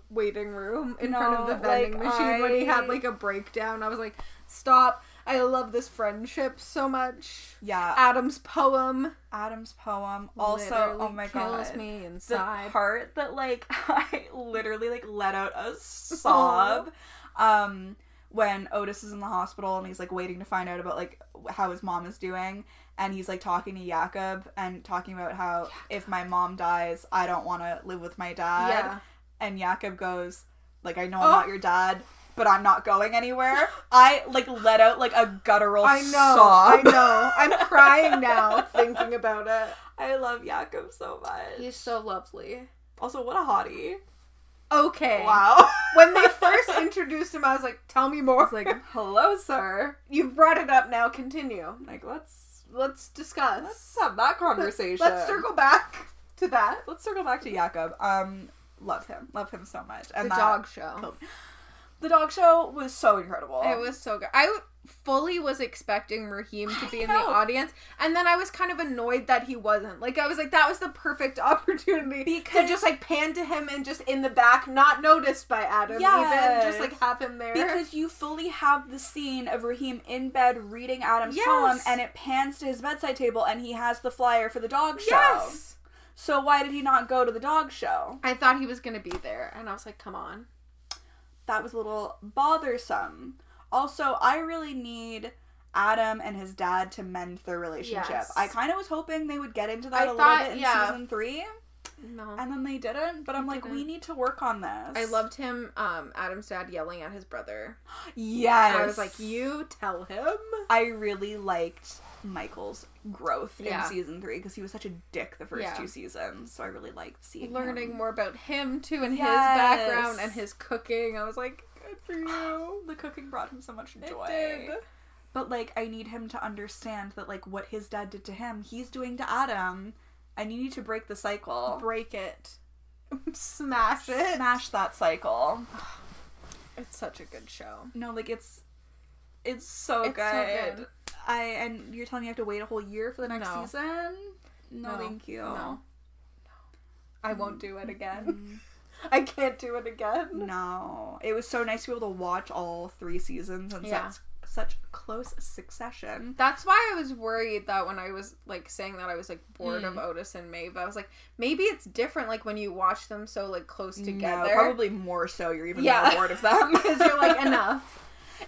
S1: waiting room in front of the
S2: No,
S1: vending
S2: like,
S1: machine when he
S2: I-
S1: had like a breakdown? I was like, stop. I love this friendship so much.
S2: Yeah,
S1: Adam's poem
S2: Adam's poem also. oh
S1: literally
S2: my
S1: kills
S2: god.
S1: me
S2: the
S1: inside.
S2: part that like I literally like let out a sob um when Otis is in the hospital and he's like waiting to find out about like how his mom is doing and he's like talking to Jakob and talking about how if my mom dies I don't want to live with my dad
S1: Yeah.
S2: and Jakob goes like I know I'm
S1: Oh.
S2: not your dad but I'm not going anywhere I like let out like a guttural
S1: I know.
S2: sob
S1: I know. I'm crying now thinking about it.
S2: I love Jakob so much
S1: He's so lovely.
S2: also what a hottie
S1: Okay.
S2: wow
S1: When they first introduced him, I was like, tell me more.
S2: It's like, hello, sir.
S1: You've brought it up now, continue.
S2: Like, let's
S1: Let's discuss.
S2: let's have that conversation.
S1: Let's circle back to that.
S2: Let's circle back to Jakob. Um, love him, love him so much. And
S1: the
S2: that-
S1: dog show.
S2: killed- The dog show was so incredible.
S1: It was so good. I w- fully was expecting Raheem to be in the
S2: know.
S1: audience, and then I was kind of annoyed that he wasn't. Like I was like, that was the perfect opportunity to
S2: Because-
S1: just like pan to him and just in the back, not noticed by Adam.
S2: Yes.
S1: even just like have him there.
S2: because you fully have the scene of Raheem in bed reading Adam's
S1: Yes.
S2: poem, and it pans to his bedside table, and he has the flyer for the dog show.
S1: yes,
S2: So why did he not go to the dog show?
S1: I thought he was gonna be there, and I was like, come on.
S2: That was a little bothersome. Also, I really need Adam and his dad to mend their relationship.
S1: Yes.
S2: I kind of was hoping they would get into that
S1: I
S2: a
S1: thought-
S2: little bit in
S1: yeah.
S2: season three,
S1: No.
S2: and then they didn't. But I'm like, we
S1: didn't.
S2: need to work on this.
S1: I loved him, um, Adam's dad yelling at his brother.
S2: Yes,
S1: I was like, you tell him.
S2: I really liked Michael's growth
S1: Yeah.
S2: in season three because he was such a dick the first
S1: Yeah.
S2: two seasons. So I really liked seeing
S1: Learning
S2: him.
S1: more about him too and
S2: Yes.
S1: his background and his cooking. I was like, good for you.
S2: The cooking brought him so much
S1: It
S2: joy.
S1: did.
S2: But like, I need him to understand that like what his dad did to him, he's doing to Adam, and you need to break the cycle.
S1: Break it. Smash it.
S2: Smash that cycle.
S1: It's such a good show.
S2: No, like it's, it's so
S1: It's so
S2: good.
S1: good.
S2: I and you're telling me I have to wait a whole year for the next
S1: No.
S2: season? No,
S1: No.
S2: thank you.
S1: No. Mm-hmm. I won't do it again. I can't do it again.
S2: No, it was so nice to be able to watch all three seasons in
S1: Yeah.
S2: such such close succession.
S1: That's why I was worried that when I was like saying that I was like bored of Otis and Maeve, I was like, maybe it's different like when you watch them so like close together.
S2: No, probably more so. You're even
S1: Yeah.
S2: more bored of them
S1: because you're like enough.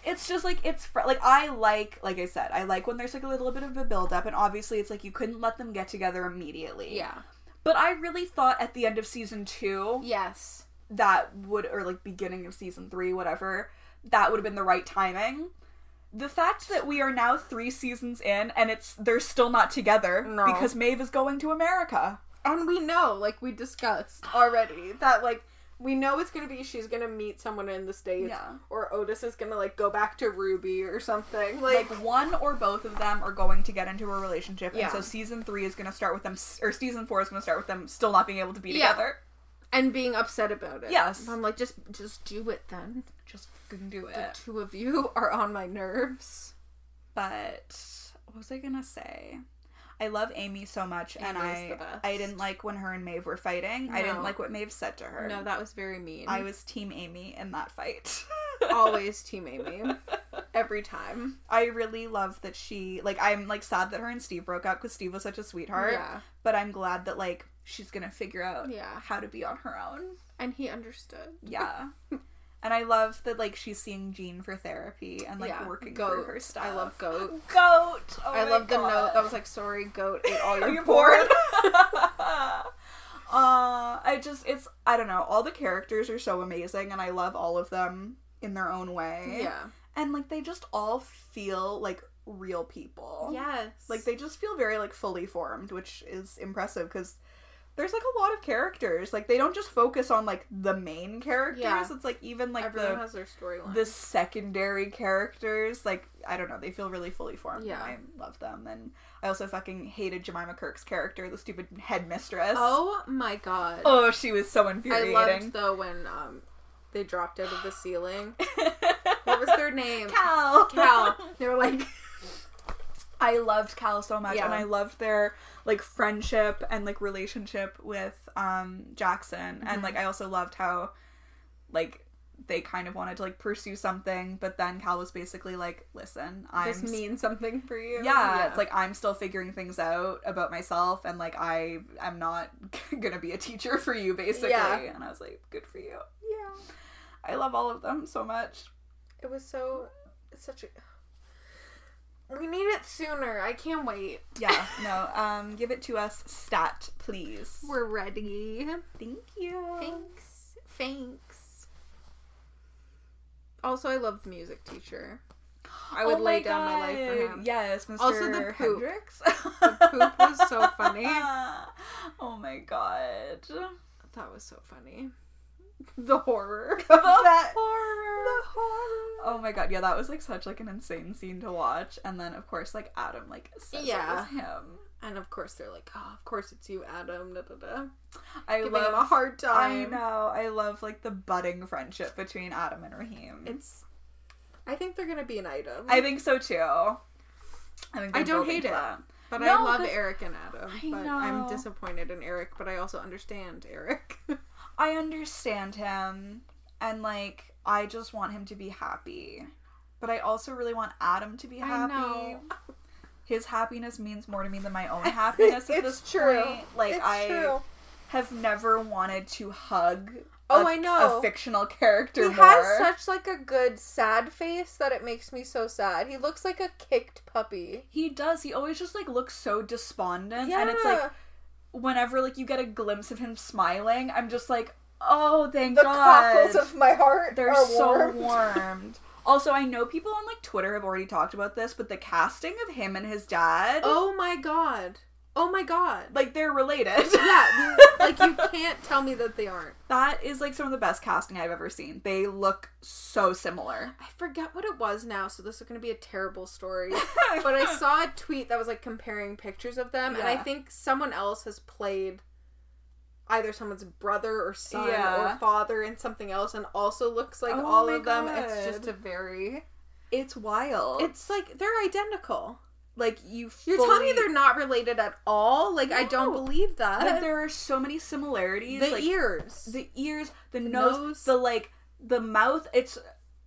S2: It's just like it's fr- like I like like I said I like when there's like a little bit of a build up and obviously it's like you couldn't let them get together immediately.
S1: Yeah.
S2: But I really thought at the end of season two
S1: Yes.
S2: that would or like beginning of season three whatever that would have been the right timing. The fact that we are now three seasons in and it's they're still not together
S1: No.
S2: because Maeve is going to America.
S1: And we know, like we discussed already, that like we know it's gonna be she's gonna meet someone in the States
S2: Yeah.
S1: or Otis is gonna like go back to Ruby or something.
S2: Like
S1: Like,
S2: one or both of them are going to get into a relationship,
S1: Yeah.
S2: and so season three is going to start with them, s- or season four is going to start with them still not being able to be
S1: Yeah.
S2: together.
S1: and being upset about it.
S2: Yes.
S1: I'm like, just just do it then.
S2: Just fucking do
S1: The
S2: it.
S1: two of you are on my nerves.
S2: But what was I gonna say? I love Amy so much, and
S1: Amy's the
S2: I
S1: best.
S2: I didn't like when her and Maeve were fighting. I
S1: No.
S2: didn't like what Maeve said to her.
S1: No, that was very mean.
S2: I was Team Amy in that fight.
S1: always team Amy. Every time.
S2: I really love that she like I'm like sad that her and Steve broke up because Steve was such a sweetheart.
S1: Yeah.
S2: But I'm glad that like she's gonna figure out
S1: Yeah.
S2: how to be on her own.
S1: And he understood.
S2: Yeah. and I love that like she's seeing Jean for therapy and like
S1: yeah.
S2: working through
S1: goat.
S2: her stuff.
S1: I love goat.
S2: goat. Oh
S1: I
S2: my
S1: love the
S2: God.
S1: note that was like, "Sorry, goat ate all
S2: Are
S1: your
S2: you
S1: porn."
S2: bored? uh, I just it's I don't know. All the characters are so amazing, and I love all of them in their own way.
S1: yeah.
S2: and like they just all feel like real people.
S1: Yes.
S2: like they just feel very like fully formed, which is impressive because. There's like a lot of characters. Like they don't just focus on like the main characters.
S1: Yeah.
S2: It's like even like
S1: everyone
S2: the
S1: has their storyline.
S2: the secondary characters like i don't know they feel really fully formed
S1: Yeah.
S2: yeah i love them and i also fucking hated jemima kirk's character the stupid headmistress
S1: oh my god!
S2: oh she was so
S1: I
S2: infuriating
S1: loved though when um they dropped out of the ceiling. What was their name?
S2: cal
S1: Cal. They were like,
S2: i loved cal so much
S1: Yeah.
S2: and i loved their like friendship and like relationship with um jackson
S1: Mm-hmm.
S2: and like i also loved how like they kind of wanted to like pursue something but then cal was basically like listen i'm
S1: "This means something for you."
S2: yeah, it's like I'm still figuring things out about myself, and like I am not gonna be a teacher for you, basically.
S1: Yeah.
S2: And I was like, good for you.
S1: yeah.
S2: I love all of them so much.
S1: It was so. It's such a. We need it sooner. I can't wait.
S2: Yeah, no, um, give it to us, stat, please.
S1: We're ready.
S2: Thank you.
S1: Thanks. Thanks. Also, I love the music teacher. I would
S2: Oh
S1: lay down my life for
S2: God.
S1: him.
S2: Yes, Mr.
S1: Also the poop.
S2: Hendrix.
S1: The poop was so funny.
S2: oh my god.
S1: That was so funny. the horror of
S2: The
S1: that.
S2: horror.
S1: The horror.
S2: Oh my god, yeah, that was like such like an insane scene to watch. And then of course like Adam like says
S1: Yeah.
S2: it was him.
S1: And of course they're like, oh, of course it's you, Adam. Da, da, da.
S2: I
S1: Giving
S2: love
S1: him a hard
S2: I
S1: time.
S2: know. I love like the budding friendship between Adam and Raheem.
S1: It's. I think they're gonna be an item.
S2: I think so too. I think
S1: I
S2: they're
S1: don't
S2: building
S1: hate
S2: to
S1: it.
S2: that.
S1: But I
S2: No,
S1: love
S2: 'cause-
S1: Eric and Adam.
S2: I
S1: but I'm
S2: know.
S1: disappointed in Eric, but I also understand Eric.
S2: I understand him and like I just want him to be happy. But I also really want Adam to be
S1: I
S2: happy.
S1: know.
S2: His happiness means more to me than my own happiness at
S1: It's
S2: this
S1: true.
S2: point. Like
S1: It's
S2: I
S1: true.
S2: have never wanted to hug
S1: Oh,
S2: I
S1: I know.
S2: a fictional character
S1: He
S2: more.
S1: has such like a good sad face that it makes me so sad. He looks like a kicked puppy.
S2: he does. He always just like looks so despondent
S1: Yeah.
S2: and it's like whenever like you get a glimpse of him smiling, I'm just like, "Oh, thank
S1: the
S2: God."
S1: cockles of my heart
S2: They're
S1: are
S2: so
S1: warmed.
S2: warmed. Also, I know people on like Twitter have already talked about this, but the casting of him and his dad,
S1: Oh my god. Oh my god.
S2: like they're related.
S1: Yeah, like you can't tell me that they aren't.
S2: that is like some of the best casting I've ever seen. They look so similar.
S1: I forget what it was now, so this is going to be a terrible story. but I saw a tweet that was like comparing pictures of them, and I
S2: Yeah.
S1: think someone else has played either someone's brother or son
S2: Yeah.
S1: or father and something else, and also looks like
S2: Oh
S1: all
S2: my
S1: of them. It's just a very.
S2: it's wild. It's
S1: It's like they're identical.
S2: like you.
S1: You're
S2: fully,
S1: telling me they're not related at all? Like I don't
S2: No.
S1: believe that.
S2: like there are so many similarities.
S1: the
S2: like,
S1: ears.
S2: the ears, the, nose,
S1: nose.
S2: the like, the mouth. It's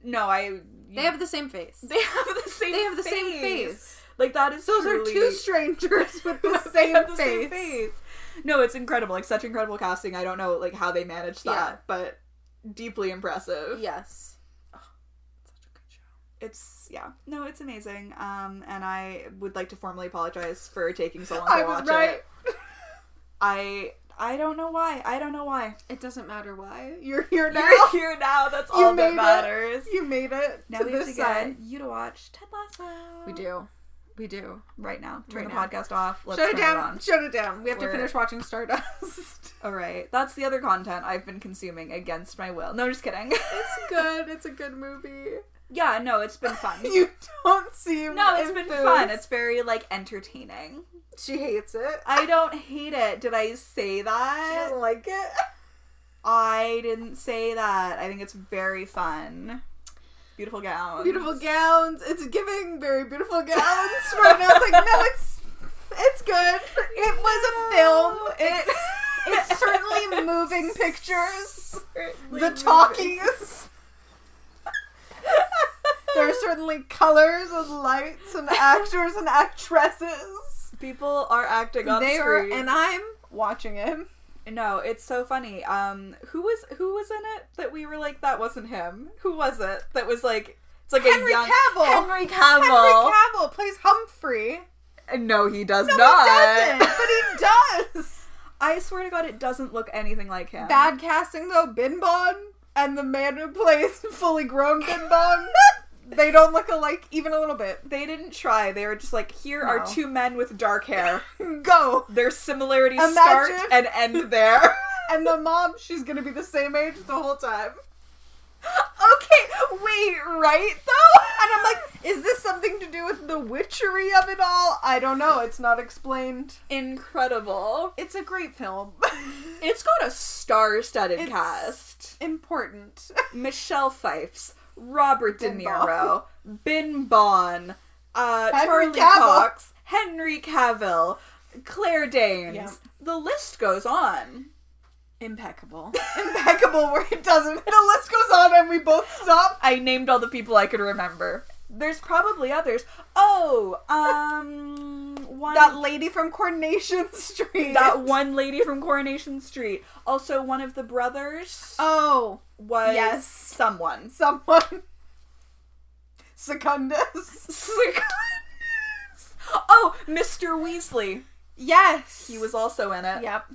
S2: no, I.
S1: they have the same face.
S2: They have the same.
S1: They have the same face.
S2: Like that is
S1: Those
S2: truly...
S1: are two strangers with the
S2: They
S1: same
S2: have the
S1: face.
S2: same face. No, it's incredible. Like such incredible casting. I don't know like how they managed that,
S1: Yeah.
S2: but deeply impressive.
S1: Yes.
S2: Such a good show. It's yeah. No, it's amazing. Um and I would like to formally apologize for taking so long to
S1: I was
S2: watch
S1: right.
S2: it. I I don't know why. I don't know why.
S1: It doesn't matter why. You're here now.
S2: You're here now. That's
S1: You
S2: all
S1: made
S2: that
S1: it.
S2: matters.
S1: You made it
S2: Now
S1: to
S2: we have to
S1: this
S2: get
S1: side.
S2: you to watch Ted Lasso.
S1: We do. We do.
S2: right now. Turn
S1: Right
S2: the
S1: now.
S2: podcast off. Let's
S1: Shut it
S2: turn
S1: down.
S2: It on.
S1: Shut it down. We have
S2: We're-
S1: to finish watching Stardust.
S2: All right, that's the other content I've been consuming against my will. No, just kidding.
S1: it's good. It's a good movie.
S2: yeah, no, it's been fun.
S1: You don't seem.
S2: no, it's been
S1: enthused.
S2: fun. It's very like entertaining.
S1: She hates it.
S2: I don't hate it. Did I say
S1: She
S2: that?
S1: doesn't like it.
S2: I didn't say that. I think it's very fun. Beautiful gown.
S1: Beautiful gowns. It's giving very beautiful gowns right now. It's like no, it's it's good. It was a film. It it's certainly moving pictures. the talking is there are certainly colors and lights and actors and actresses
S2: People are acting on
S1: they are
S2: screen.
S1: and i'm watching it
S2: no, it's so funny. Um, who was who was in it that we were like that wasn't him? Who was it that was like it's like
S1: Henry
S2: a young
S1: Cavill.
S2: Henry
S1: henry
S2: Cavill.
S1: cavill plays humphrey
S2: no, he does
S1: no
S2: not.
S1: he doesn't but he does
S2: I swear to God, it doesn't look anything like him.
S1: bad casting though bin bon and the man who plays fully grown bin bon they don't look alike even a little bit
S2: They didn't try. They were just like, here are
S1: No.
S2: two men with dark hair.
S1: go
S2: Their similarities
S1: Imagine.
S2: start and end there.
S1: and the mom she's gonna be the same age the whole time
S2: okay, wait, right though?
S1: And I'm like, is this something to do with the witchery of it all? I don't know. It's not explained.
S2: Incredible.
S1: It's a great film.
S2: It's got a star-studded
S1: It's-
S2: cast.
S1: Important.
S2: Michelle Pfeiffer, Robert De
S1: Bin
S2: Niro, Bin Bon, uh,
S1: Henry
S2: Charlie
S1: Cavill.
S2: Cox, Henry Cavill, Claire Danes.
S1: Yeah.
S2: The list goes on.
S1: Impeccable. Impeccable where it doesn't. The list goes on and we both stop.
S2: I named all the people I could remember. There's probably others. Oh, um, one
S1: That lady from Coronation Street.
S2: that one lady from Coronation Street. Also, one of the brothers
S1: Oh,
S2: was
S1: yes.
S2: someone.
S1: someone. Secundus.
S2: oh, Mr. Weasley.
S1: Yes.
S2: He was also in it.
S1: Yep.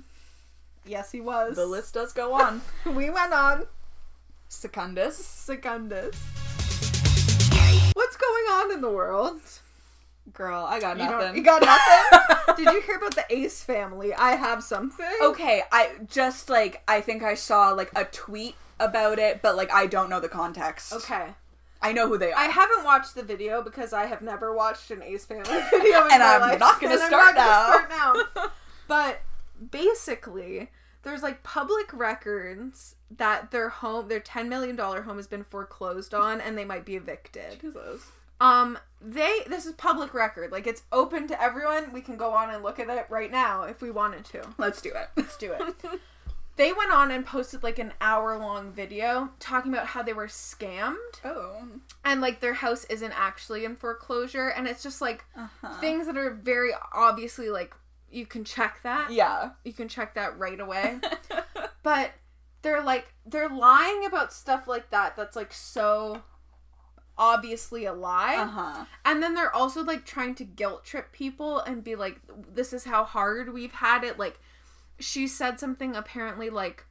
S1: Yes, he was.
S2: The list does go on.
S1: We went on.
S2: Secundus,
S1: Secundus. What's going on in the world?
S2: girl, I got
S1: You, don't,
S2: nothing.
S1: you got nothing? Did you hear about the Ace family? I have something.
S2: okay, I just like I think I saw like a tweet about it, but like I don't know the context.
S1: Okay.
S2: I know who they are.
S1: I haven't watched the video because I have never watched an Ace Family video in
S2: And
S1: my
S2: I'm
S1: life.
S2: not gonna
S1: and I'm
S2: start
S1: not gonna
S2: now.
S1: start now. but basically, there's like public records that their home, their ten million dollar home, has been foreclosed on, and they might be evicted.
S2: Jesus.
S1: Um, they this is public record. Like it's open to everyone. We can go on and look at it right now if we wanted to.
S2: Let's do it.
S1: Let's do it. they went on and posted like an hour long video talking about how they were scammed
S2: Oh.
S1: and like their house isn't actually in foreclosure and it's just like
S2: Uh-huh.
S1: things that are very obviously like you can check that
S2: Yeah.
S1: you can check that right away but they're like they're lying about stuff like that that's like so obviously a lie
S2: uh-huh.
S1: and then they're also like trying to guilt trip people and be like this is how hard we've had it like she said something apparently like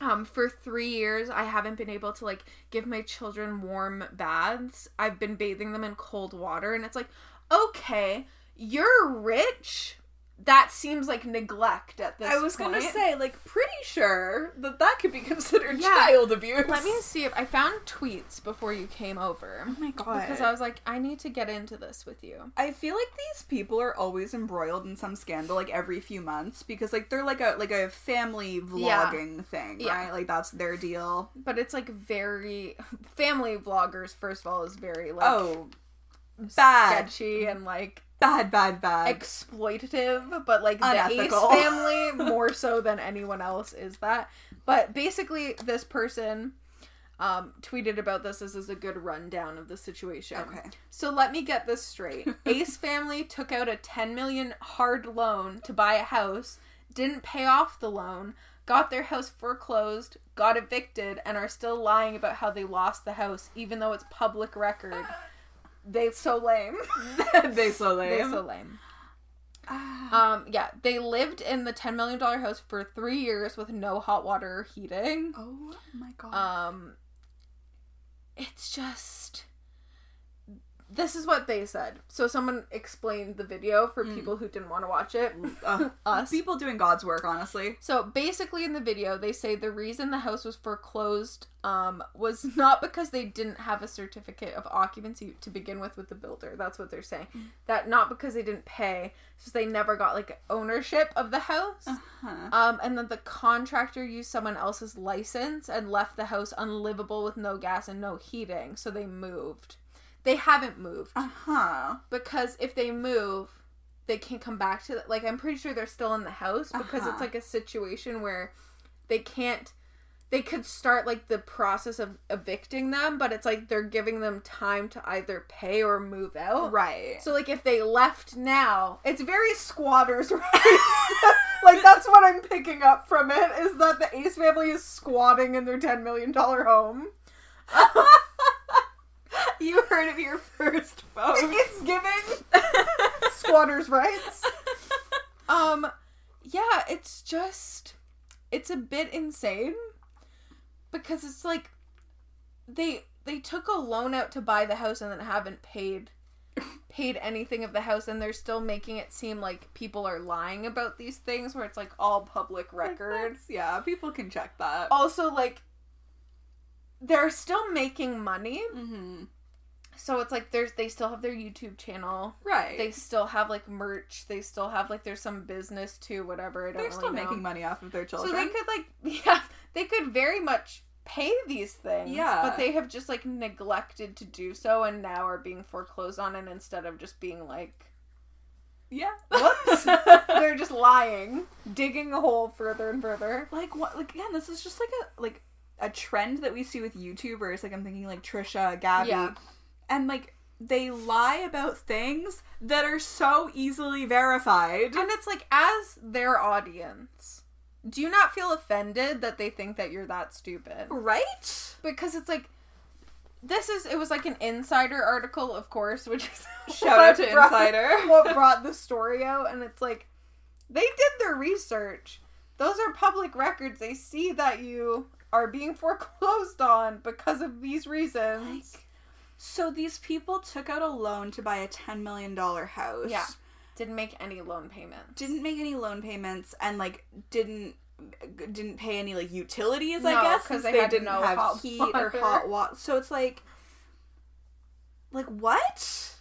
S1: um for 3 years I haven't been able to like give my children warm baths. I've been bathing them in cold water and it's like okay, you're rich. That seems like neglect at this
S2: I was gonna
S1: point.
S2: say, like, pretty sure that that could be considered
S1: Yeah.
S2: child abuse.
S1: let me see if I found tweets before you came over.
S2: Oh my god.
S1: Because I was like, I need to get into this with you.
S2: I feel like these people are always embroiled in some scandal like every few months because like they're like a like a family
S1: Yeah.
S2: vlogging thing,
S1: Yeah.
S2: right? Like that's their deal.
S1: but it's like very family vloggers first of all is very like
S2: oh, bad,
S1: sketchy and like
S2: bad, bad, bad.
S1: exploitative but like
S2: Unethical.
S1: the Ace family more so than anyone else is that but basically this person um, tweeted about this this is a good rundown of the situation
S2: okay.
S1: so let me get this straight ace family took out a 10 million hard loan to buy a house didn't pay off the loan got their house foreclosed got evicted and are still lying about how they lost the house even though it's public record they so lame
S2: they so
S1: they
S2: lame.
S1: so lame
S2: Ah.
S1: um yeah they lived in the 10 million dollar house for three years with no hot water or heating
S2: oh my god.
S1: um, it's just. This is what they said. So someone explained the video for
S2: Mm.
S1: people who didn't want to watch it.
S2: Ugh. Uh,
S1: us.
S2: people doing God's work, honestly.
S1: So basically, in the video, they say the reason the house was foreclosed um, was not because they didn't have a certificate of occupancy to begin with with the builder. That's what they're saying. That not because they didn't pay, since they never got like ownership of the house.
S2: Uh-huh.
S1: Um, and then the contractor used someone else's license and left the house unlivable with no gas and no heating, so they moved. They haven't moved
S2: Uh huh.
S1: because if they move, they can't come back to that. Like I'm pretty sure they're still in the house because
S2: Uh-huh.
S1: it's like a situation where they can't. They could start like the process of evicting them, but it's like they're giving them time to either pay or move out.
S2: Right.
S1: So like if they left now, it's very squatters rights. like that's what I'm picking up from it is that the Ace family is squatting in their 10 million dollar home.
S2: you heard of your first phone.
S1: It's giving squatters rights. Um yeah, it's just it's a bit insane because it's like they they took a loan out to buy the house and then haven't paid paid anything of the house and they're still making it seem like people are lying about these things where it's like all public record.
S2: Records. Yeah, people can check that.
S1: also like they're still making money.
S2: Mm-hmm.
S1: So it's like there's they still have their YouTube channel.
S2: Right.
S1: They still have like merch. They still have like there's some business too, whatever. I don't
S2: They're
S1: really
S2: still
S1: know.
S2: making money off of their children.
S1: So they could like yeah, they could very much pay these things.
S2: Yeah.
S1: But they have just like neglected to do so and now are being foreclosed on and instead of just being like
S2: yeah.
S1: Whoops. they're just lying, digging a hole further and further.
S2: like what? Like again, this is just like a like a trend that we see with YouTubers. Like I'm thinking like Trisha, Gabby,
S1: Yeah.
S2: and like they lie about things that are so easily verified.
S1: And it's like as their audience, do you not feel offended that they think that you're that stupid?
S2: Right?
S1: because it's like this is it was like an insider article of course which is
S2: Shout out to
S1: what brought-
S2: Insider.
S1: what brought the story out and it's like they did their research those are public records they see that you are being foreclosed on because of these reasons
S2: Like, So these people took out a loan to buy a ten million dollar house.
S1: Yeah. didn't make any loan payments
S2: Didn't make any loan payments and like didn't g- didn't pay any like utilities,
S1: No,
S2: I guess,
S1: 'cause
S2: since
S1: they
S2: they,
S1: had
S2: didn't
S1: no
S2: have
S1: hot
S2: heat
S1: water.
S2: or hot water. So it's like, like what?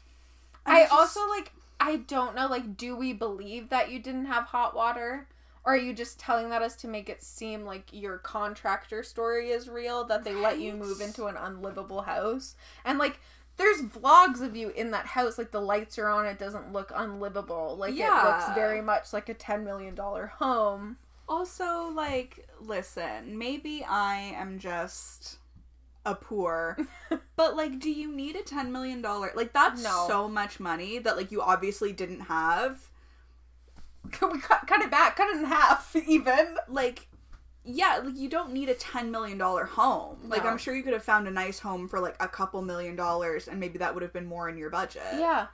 S1: I
S2: just-
S1: also like I don't know like do we believe that you didn't have hot water or are you just telling that us to make it seem like your contractor story is real that they let you
S2: Right.
S1: move into an unlivable house and like there's vlogs of you in that house like the lights are on it doesn't look unlivable like it looks
S2: Yeah.
S1: very much like a 10 million dollar home
S2: also like listen. Maybe I am just a poor, but like, do you need a ten million dollar? Like that's
S1: No.
S2: so much money that like you obviously didn't have.
S1: Can we cut, cut it back cut it in half even
S2: like yeah like you don't need a 10 million dollar home like
S1: No.
S2: i'm sure you could have found a nice home for like a couple million dollars and maybe that would have been more in your budget
S1: yeah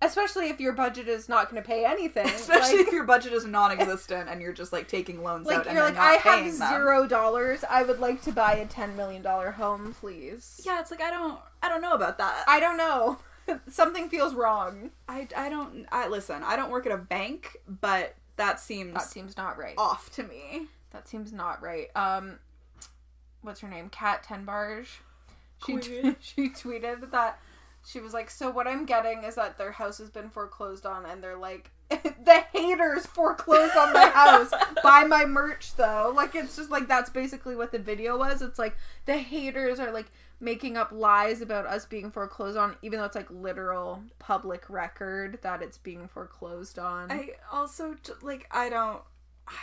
S1: especially if your budget is not going to pay anything
S2: especially
S1: like-
S2: if your budget is non-existent and you're just like taking loans
S1: like
S2: out and
S1: you're
S2: then
S1: like
S2: not
S1: I
S2: paying
S1: have
S2: them.
S1: zero dollars. I would like to buy a ten million dollar home, please.
S2: yeah it's like i don't i don't know about that
S1: I don't know. Something feels wrong.
S2: i i don't i listen i don't work at a bank but that seems
S1: That seems not right.
S2: off to me
S1: That seems not right. Um, what's her name? Kat Tenbarge. She t-
S2: Queen.
S1: she tweeted that she was like, so what I'm getting is that their house has been foreclosed on, and they're like, the haters foreclosed on my house. Buy my merch though. Like it's just like that's basically what the video was. It's like the haters are like making up lies about us being foreclosed on, even though it's like literal public record that it's being foreclosed on.
S2: i also j- like i don't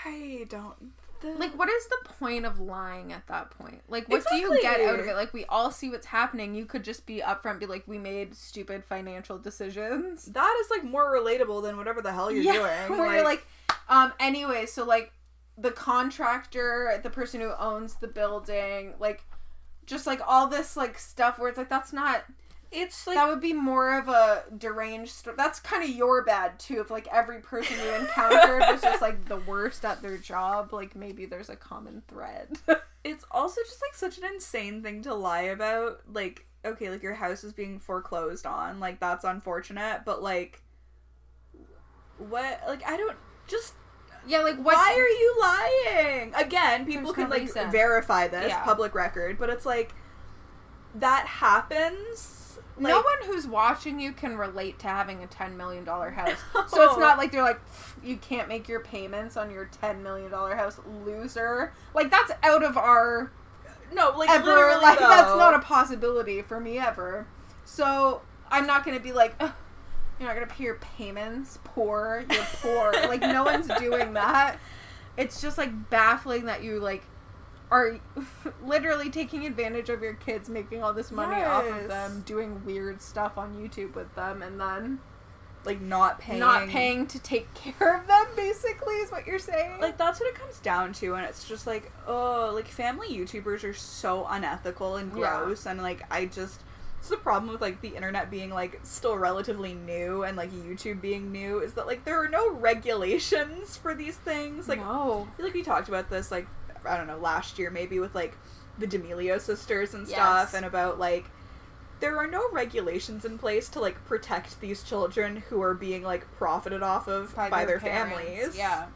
S2: i don't the,
S1: Like, what is the point of lying at that point? Like, what do you get
S2: Exactly.
S1: out of it? Like, we all see what's happening. You could just be upfront, be like, we made stupid financial decisions.
S2: that is like more relatable than whatever the hell you're doing
S1: Where you're like, um, anyway, so like the contractor, the person who owns the building, like, just like all this like stuff where it's like that's not
S2: it's
S1: that would be more of a deranged story. That's kind of your bad too. If like every person you encountered was just like the worst at their job, like maybe there's a common thread.
S2: it's also just like such an insane thing to lie about like okay like your house is being foreclosed on like that's unfortunate but like what like i don't just
S1: Yeah, like what?
S2: why are you lying again people
S1: There's
S2: could
S1: no
S2: like
S1: reason.
S2: verify this
S1: Yeah.
S2: public record but it's like that happens like,
S1: no one who's watching you can relate to having a ten million dollar house. So it's not like they're like, "Pff, you can't make your payments on your ten million dollar house, loser. Like that's out of our
S2: no like
S1: ever.
S2: literally
S1: Like that's
S2: though.
S1: not a possibility for me ever. So I'm not gonna be like, "Ugh, you're not gonna pay your payments. Poor, you're poor. like no one's doing that. It's just like baffling that you like are literally taking advantage of your kids, making all this money off of
S2: Yes.
S1: them, doing weird stuff on YouTube with them, and then
S2: like not paying
S1: not paying to take care of them. Basically, is what you're saying.
S2: like that's what it comes down to and it's just like oh like family youtubers are so unethical and
S1: Yeah.
S2: gross and like i just it's the problem with like the internet being like still relatively new and like youtube being new is that like there are no regulations for these things like
S1: no.
S2: I feel like we talked about this like I don't know last year maybe with like the D'Amelio sisters and stuff
S1: Yes.
S2: and about like there are no regulations in place to like protect these children who are being like profited off of by, their,
S1: parents,
S2: families.
S1: Yeah.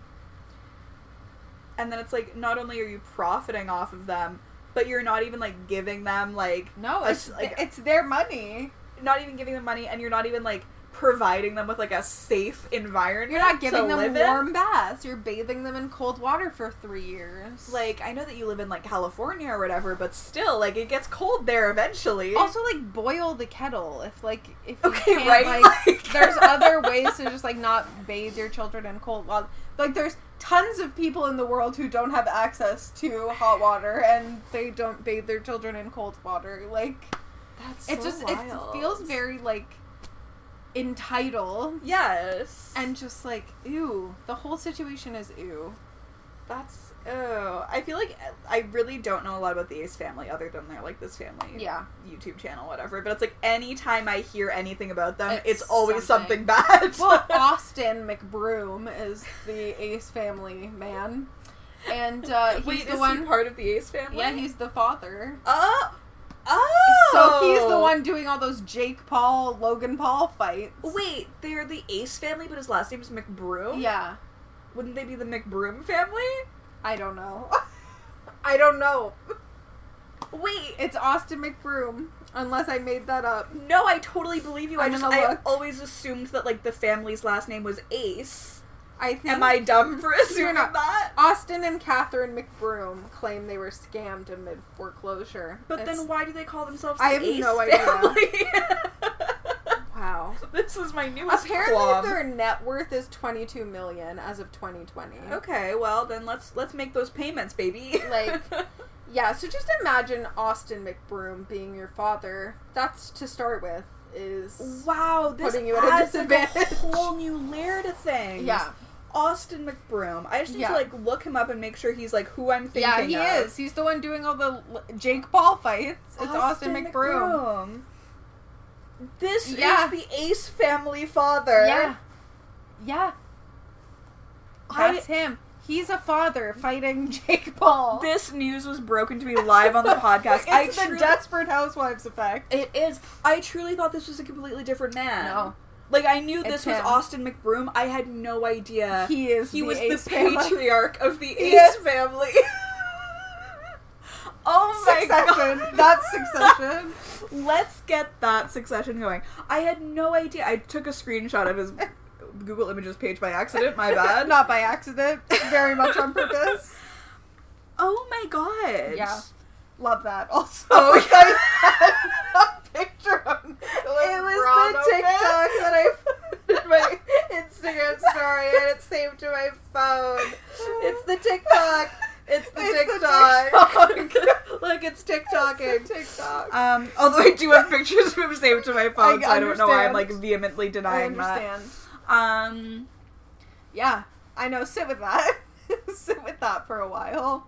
S2: And then it's like not only are you profiting off of them, but you're not even like giving them like
S1: No,
S2: a
S1: it's
S2: s- like
S1: it's their money.
S2: not even giving them money and you're not even like providing them with like a safe environment.
S1: You're
S2: to
S1: not giving them
S2: live in.
S1: warm baths. You're bathing them in cold water for three years.
S2: like I know that you live in like California or whatever, but still, like it gets cold there eventually.
S1: also like boil the kettle if like if you
S2: Okay,
S1: can't,
S2: right?
S1: like,
S2: Like-
S1: there's other ways to just like not bathe your children in cold water. Like there's tons of people in the world who don't have access to hot water and they don't bathe their children in cold water. Like
S2: that's
S1: it just it feels very like entitled
S2: yes,
S1: and just like ew. The whole situation is ew.
S2: that's oh, I feel like I really don't know a lot about the Ace family other than they're like this family,
S1: Yeah.
S2: YouTube channel, whatever. But it's like anytime I hear anything about them, it's,
S1: It's
S2: always
S1: something.
S2: something, bad.
S1: Well, Austin McBroom is the Ace family man, and uh, he's
S2: Wait,
S1: the
S2: is
S1: one.
S2: he part of the Ace family?
S1: yeah, he's the father.
S2: oh, oh,
S1: So he's the one doing all those Jake Paul, Logan Paul fights.
S2: Wait, they're the Ace family, but his last name is McBroom.
S1: Yeah,
S2: wouldn't they be the McBroom family?
S1: I don't know. I don't know.
S2: Wait.
S1: It's Austin McBroom, unless I made that up.
S2: No, I totally believe you. i
S1: I'm
S2: just
S1: gonna
S2: I
S1: look.
S2: always assumed that like the family's last name was Ace.
S1: I think
S2: Am I dumb for assuming
S1: Hmm? not.
S2: that?
S1: Austin and Catherine McBroom claim they were scammed amid foreclosure.
S2: But
S1: It's-
S2: then why do they call themselves?
S1: I
S2: the
S1: have
S2: Ace
S1: no idea.
S2: family?
S1: wow.
S2: this is my newest
S1: Apparently,
S2: qualm.
S1: their net worth is 22 million as of 2020.
S2: Okay, well then let's let's make those payments, baby.
S1: Like- Yeah, so just imagine Austin McBroom being your father. That's to start with is
S2: wow, this
S1: Putting you at a
S2: adds like a
S1: disadvantage.
S2: whole new layer to things.
S1: yeah,
S2: Austin McBroom. I just need
S1: Yeah.
S2: to like look him up and make sure he's like who I'm thinking.
S1: yeah, he
S2: of.
S1: is. He's the one doing all the l- Jake Paul fights. It's Austin, McBroom.
S2: McBroom. This
S1: Yeah.
S2: is the Ace family father.
S1: Yeah, yeah,
S2: I,
S1: that's him. He's a father fighting Jake Paul.
S2: this news was broken to me live on the podcast.
S1: it's
S2: I
S1: the
S2: truly,
S1: Desperate Housewives effect.
S2: it is. I truly thought this was a completely different man.
S1: No,
S2: Like I knew this
S1: It's
S2: was
S1: him.
S2: Austin McBroom. I had no idea
S1: he is.
S2: he
S1: the
S2: was
S1: ace
S2: the
S1: family.
S2: patriarch of the Ace
S1: Yes.
S2: family. oh my
S1: Succession.
S2: god,
S1: That's Succession.
S2: Let's get that Succession going. I had no idea. I took a screenshot of his Google Images page by accident. My bad.
S1: Not by accident. Very much on purpose.
S2: Oh my god.
S1: Yeah. Love that. Also,
S2: Oh, yeah.
S1: I had a picture of Nicholas
S2: It was
S1: Braun
S2: the
S1: open.
S2: TikTok that I put in my
S1: Instagram story and it's saved to my phone. It's the TikTok.
S2: It's the
S1: It's the
S2: TikTok. Look, it's TikToking.
S1: It's the TikTok.
S2: Um, although I do have pictures of him saved to my phone,
S1: I
S2: so I don't know why I'm like
S1: understand.
S2: vehemently
S1: I
S2: denying that.
S1: understand.
S2: Um,
S1: Yeah, I know. Sit with that. sit with that for a while.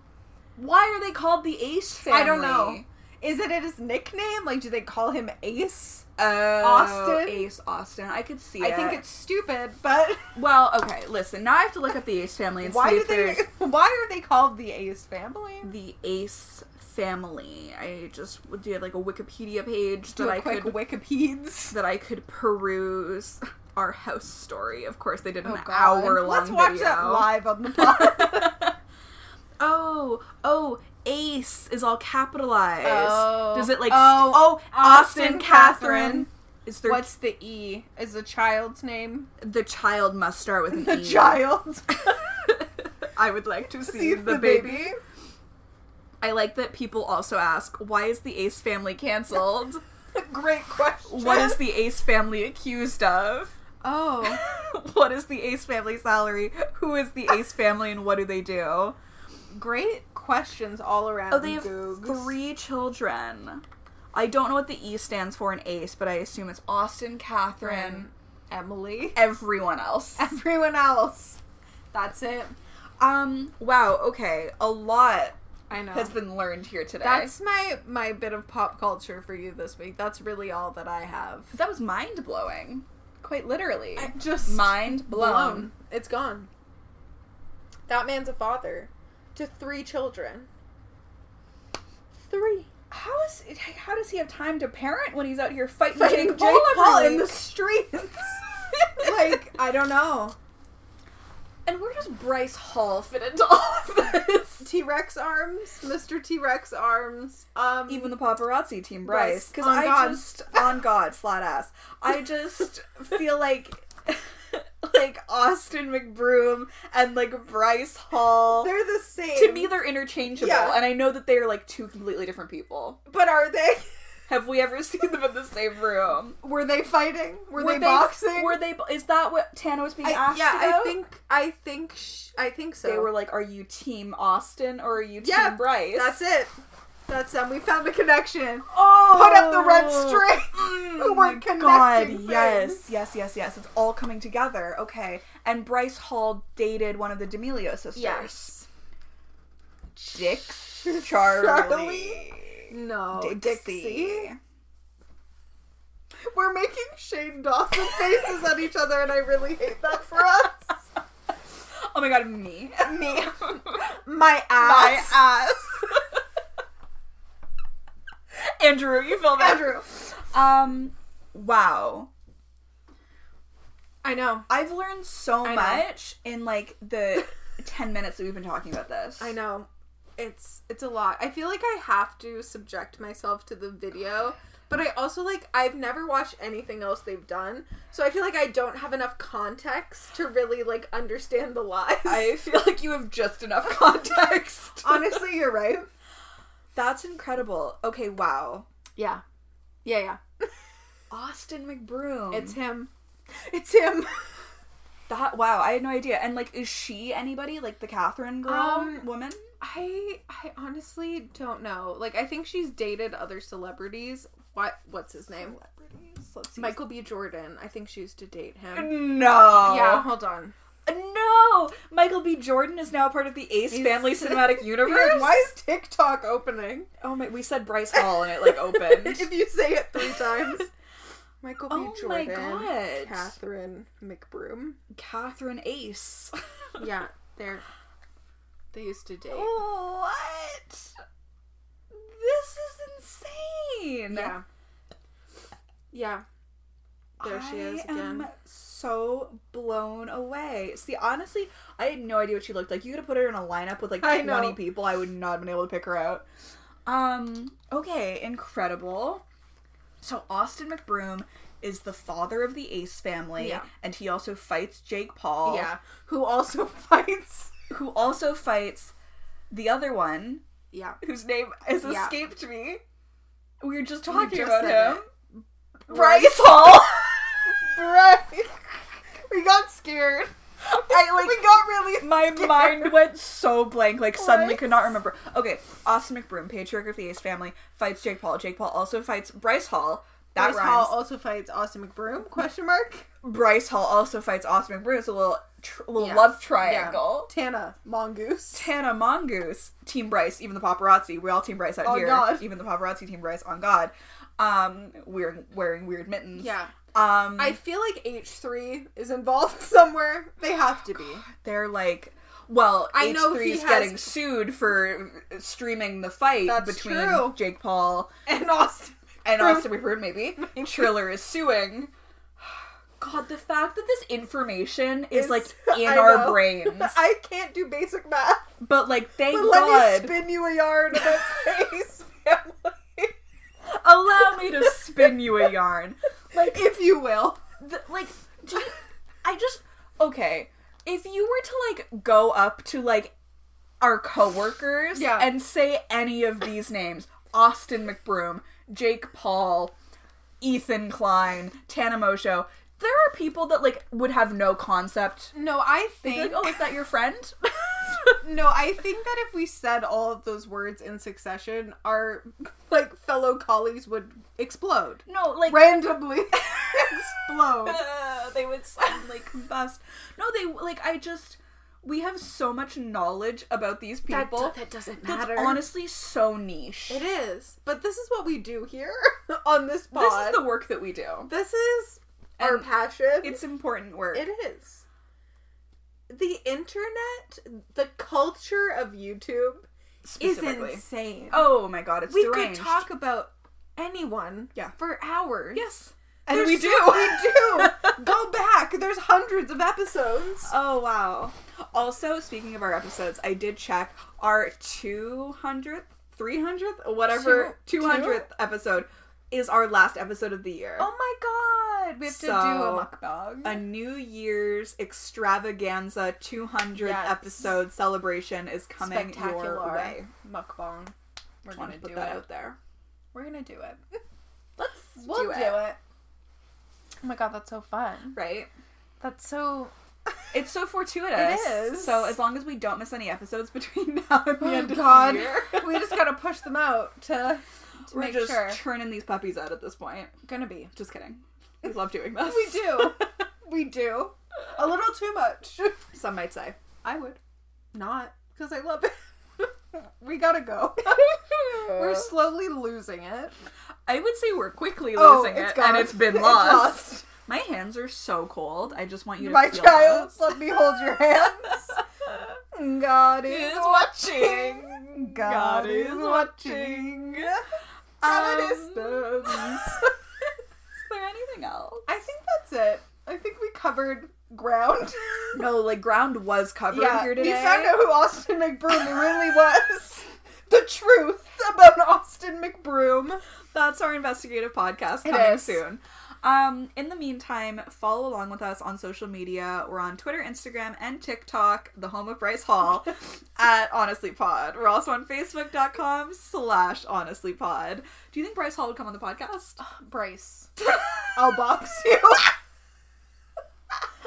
S2: why are they called the Ace family?
S1: I don't know. Is it his nickname? Like, do they call him Ace?
S2: Oh,
S1: Austin?
S2: Ace Austin. I could see.
S1: I think
S2: it.
S1: it's stupid, but
S2: well. Okay, listen. Now I have to look up the Ace family and
S1: why
S2: see
S1: do
S2: if
S1: they?
S2: there's
S1: Why are they called the Ace family?
S2: the Ace family. I just would do like a Wikipedia page
S1: Do
S2: that
S1: a
S2: I
S1: quick
S2: could
S1: Wikipeds.
S2: that I could peruse our house story. Of course, they did an
S1: Oh, God.
S2: hour long.
S1: Let's watch that live on the pod.
S2: oh, oh, Ace is all capitalized.
S1: Oh.
S2: Does it like
S1: Oh,
S2: st- oh Austin,
S1: Austin,
S2: Catherine.
S1: Catherine.
S2: Is there
S1: What's the E? Is the child's name?
S2: the child must start with an
S1: The
S2: E.
S1: child.
S2: I would like to see, the, baby. I like that people also ask, why is the Ace family canceled?
S1: Great question.
S2: what is the Ace family accused of?
S1: Oh.
S2: what is the Ace family salary? Who is the Ace family and what do they do?
S1: Great questions all around.
S2: Oh, they have
S1: Googs.
S2: three children. I don't know what the E stands for in Ace, but I assume it's Austin, Catherine,
S1: Catherine, Emily.
S2: everyone else.
S1: Everyone else. That's it.
S2: Um, wow, okay. A lot
S1: I know.
S2: has been learned here today.
S1: That's my my bit of pop culture for you this week. That's really all that I have.
S2: that was mind blowing. Quite literally.
S1: Just
S2: mind blown.
S1: It's gone. That man's a father to three children. Three.
S2: How is it, how does he have time to parent when he's out here fighting,
S1: Fighting
S2: Jake Paul, every
S1: in the
S2: week?
S1: streets. like, I don't know.
S2: And where does Bryce Hall fit into all of this?
S1: T Rex arms, Mr. T Rex arms. Um
S2: Even the paparazzi team Bryce,
S1: Bryce,
S2: because
S1: on
S2: I
S1: God.
S2: just on God flat ass. I just feel like like Austin McBroom and like Bryce Hall.
S1: they're the same.
S2: to me, they're interchangeable,
S1: Yeah.
S2: and I know that they are like two completely different people.
S1: but are they?
S2: Have we ever seen them in the same room?
S1: Were they fighting? Were, they, boxing?
S2: Were they? Is that what Tana was being
S1: I,
S2: asked
S1: yeah, I
S2: about?
S1: think I think sh- I think so.
S2: they were like, "Are you Team Austin or are you Team
S1: Yeah,
S2: Bryce?"
S1: That's it. That's um. We found a connection.
S2: Oh,
S1: Put up the red string.
S2: Oh my
S1: We're connecting
S2: God,
S1: things.
S2: yes, yes, yes, yes. It's all coming together. Okay. And Bryce Hall dated one of the D'Amelio sisters. Dix, Charlie, Oh,
S1: Charlie? No.
S2: Dixie.
S1: We're making Shane Dawson faces at each other, and I really hate that for us.
S2: Oh my God, me, me,
S1: My
S2: my
S1: ass.
S2: ass. Andrew, you feel that?
S1: Andrew.
S2: Um, wow.
S1: I know.
S2: I've learned so
S1: I know.
S2: much in like the ten minutes that we've been talking about this.
S1: I know. It's it's a lot. I feel like I have to subject myself to the video, but I also like I've never watched anything else they've done. So I feel like I don't have enough context to really like understand the lies.
S2: I feel like you have just enough context.
S1: Honestly, you're right.
S2: That's incredible. Okay, wow.
S1: Yeah. Yeah, yeah.
S2: Austin McBroom.
S1: It's him. It's him.
S2: that wow, I had no idea. And like is she anybody? Like the Catherine girl
S1: Um,
S2: woman?
S1: I I honestly don't know. Like I think she's dated other celebrities. What what's his name?
S2: Celebrities? Let's see.
S1: Michael B. Jordan. I think she used to date him.
S2: No.
S1: Yeah, hold on.
S2: No! Michael B. Jordan is now part of the Ace
S1: He's-
S2: Family Cinematic Universe.
S1: Why is TikTok opening?
S2: Oh my we said Bryce Hall and it like opened.
S1: if you say it three times. Michael B.
S2: Oh my
S1: Jordan.
S2: God.
S1: Catherine McBroom.
S2: Catherine Ace.
S1: Yeah, Oh, they're they used to date.
S2: What? This is insane.
S1: Yeah. Yeah. There she is
S2: I
S1: again.
S2: am so blown away. See, honestly, I had no idea what she looked like. You could have put her in a lineup with like
S1: I
S2: 20
S1: know.
S2: people. I would not have been able to pick her out. Um, okay, incredible. So Austin McBroom is the father of the Ace family,
S1: Yeah.
S2: and he also fights Jake Paul.
S1: Yeah. Who also fights
S2: Who also fights the other one,
S1: Yeah.
S2: whose name has
S1: Yeah.
S2: escaped me. We were just talking
S1: just
S2: about
S1: said
S2: him. Bryce Hall.
S1: Right. we got scared.
S2: I like
S1: We got really
S2: my
S1: scared.
S2: mind went so blank, like suddenly
S1: Bryce.
S2: could not remember. Okay, Austin McBroom, patriarch of the Ace family, fights Jake Paul. Jake Paul also fights Bryce Hall. That
S1: Bryce
S2: rhymes.
S1: Hall also fights Austin McBroom? Question mark.
S2: Bryce Hall also fights Austin McBroom. It's a little, tr- little
S1: Yeah.
S2: love triangle.
S1: Tana Mongoose.
S2: Tana Mongoose, Team Bryce, even the paparazzi. We're all Team Bryce out
S1: On
S2: here.
S1: Oh, God.
S2: Even the paparazzi, Team Bryce, on God. Um, we're wearing weird mittens.
S1: Yeah.
S2: Um,
S1: I feel like H3 is involved somewhere. They have to be.
S2: they're like well
S1: I know
S2: h3
S1: he
S2: is
S1: has-
S2: getting sued for streaming the fight
S1: That's
S2: between
S1: true.
S2: jake paul
S1: And Austin.
S2: and austin Ripper, maybe triller is suing god the fact that this information is
S1: It's-
S2: like in
S1: I
S2: our
S1: know.
S2: brains
S1: I can't do basic math.
S2: but like thank
S1: But let
S2: god
S1: me spin you a yard about Ace family,
S2: allow me to spin you a yarn
S1: like if you will.
S2: the, like do you- i just okay if you were to like go up to like our coworkers
S1: Yeah.
S2: and say any of these names austin mcbroom jake paul ethan klein tana mosho there are people that like would have no concept
S1: No, I
S2: They'd be
S1: think.
S2: like oh is that your friend
S1: No, I think that if we said all of those words in succession, our like fellow colleagues would explode
S2: no like
S1: randomly. explode.
S2: Uh, they would suddenly combust no they like i just we have so much knowledge about these people
S1: doesn't
S2: that's honestly so niche
S1: it is, but this is what we do here on this pod.
S2: This is the work that we do.
S1: This is our
S2: And
S1: passion.
S2: It's important work.
S1: It is. The internet, the culture of YouTube is
S2: specifically.
S1: insane.
S2: oh my god, it's
S1: we
S2: deranged.
S1: could talk about anyone
S2: Yeah.
S1: for hours.
S2: Yes.
S1: And
S2: There's
S1: we
S2: so-
S1: do. we do. Go back. There's hundreds of episodes.
S2: Oh wow. Also, speaking of our episodes, I did check our 200th, 300th, whatever
S1: Two-
S2: 200th episode is our last episode of the year.
S1: Oh my god. We have to do a mukbang.
S2: a New Year's extravaganza 200th
S1: Yes.
S2: episode celebration is coming your
S1: Spectacular
S2: way.
S1: mukbang. We're
S2: Just
S1: going
S2: wanted
S1: to
S2: to put
S1: do
S2: that
S1: it.
S2: out there.
S1: We're going to do it.
S2: Let's
S1: We'll do it. Oh my god, that's so fun.
S2: Right.
S1: That's so
S2: It's so fortuitous.
S1: It is.
S2: So as long as we don't miss any episodes between now and the
S1: Oh,
S2: end of
S1: God.
S2: the year,
S1: we just gotta push them out to, to
S2: we're
S1: make
S2: just
S1: sure.
S2: churning these puppies out at this point.
S1: Gonna be.
S2: Just kidding. We love doing this.
S1: We do. we do. A little too much.
S2: Some might say.
S1: I would. Not. Because I love it. we gotta go. We're slowly losing it.
S2: I would say we're quickly losing
S1: Oh,
S2: it,
S1: it's gone.
S2: and it's been
S1: It's
S2: lost.
S1: lost.
S2: My hands are so cold. I just want you to
S1: My
S2: feel
S1: child,
S2: those.
S1: let me hold your hands. God is
S2: Is
S1: watching. God, is watching. At a
S2: Um,
S1: distance.
S2: Is there anything else?
S1: I think that's it. I think we covered ground.
S2: No, like ground was covered here today.
S1: we found out who Austin McBroom really was. The truth about Austin McBroom.
S2: That's our investigative podcast
S1: It
S2: coming
S1: is.
S2: soon. Um, in the meantime, follow along with us on social media. We're on Twitter, Instagram, and TikTok, the home of Bryce Hall, at Honestly Pod. We're also on Facebook.com slash Honestly Pod. Do you think Bryce Hall would come on the podcast?
S1: Bryce, I'll box you.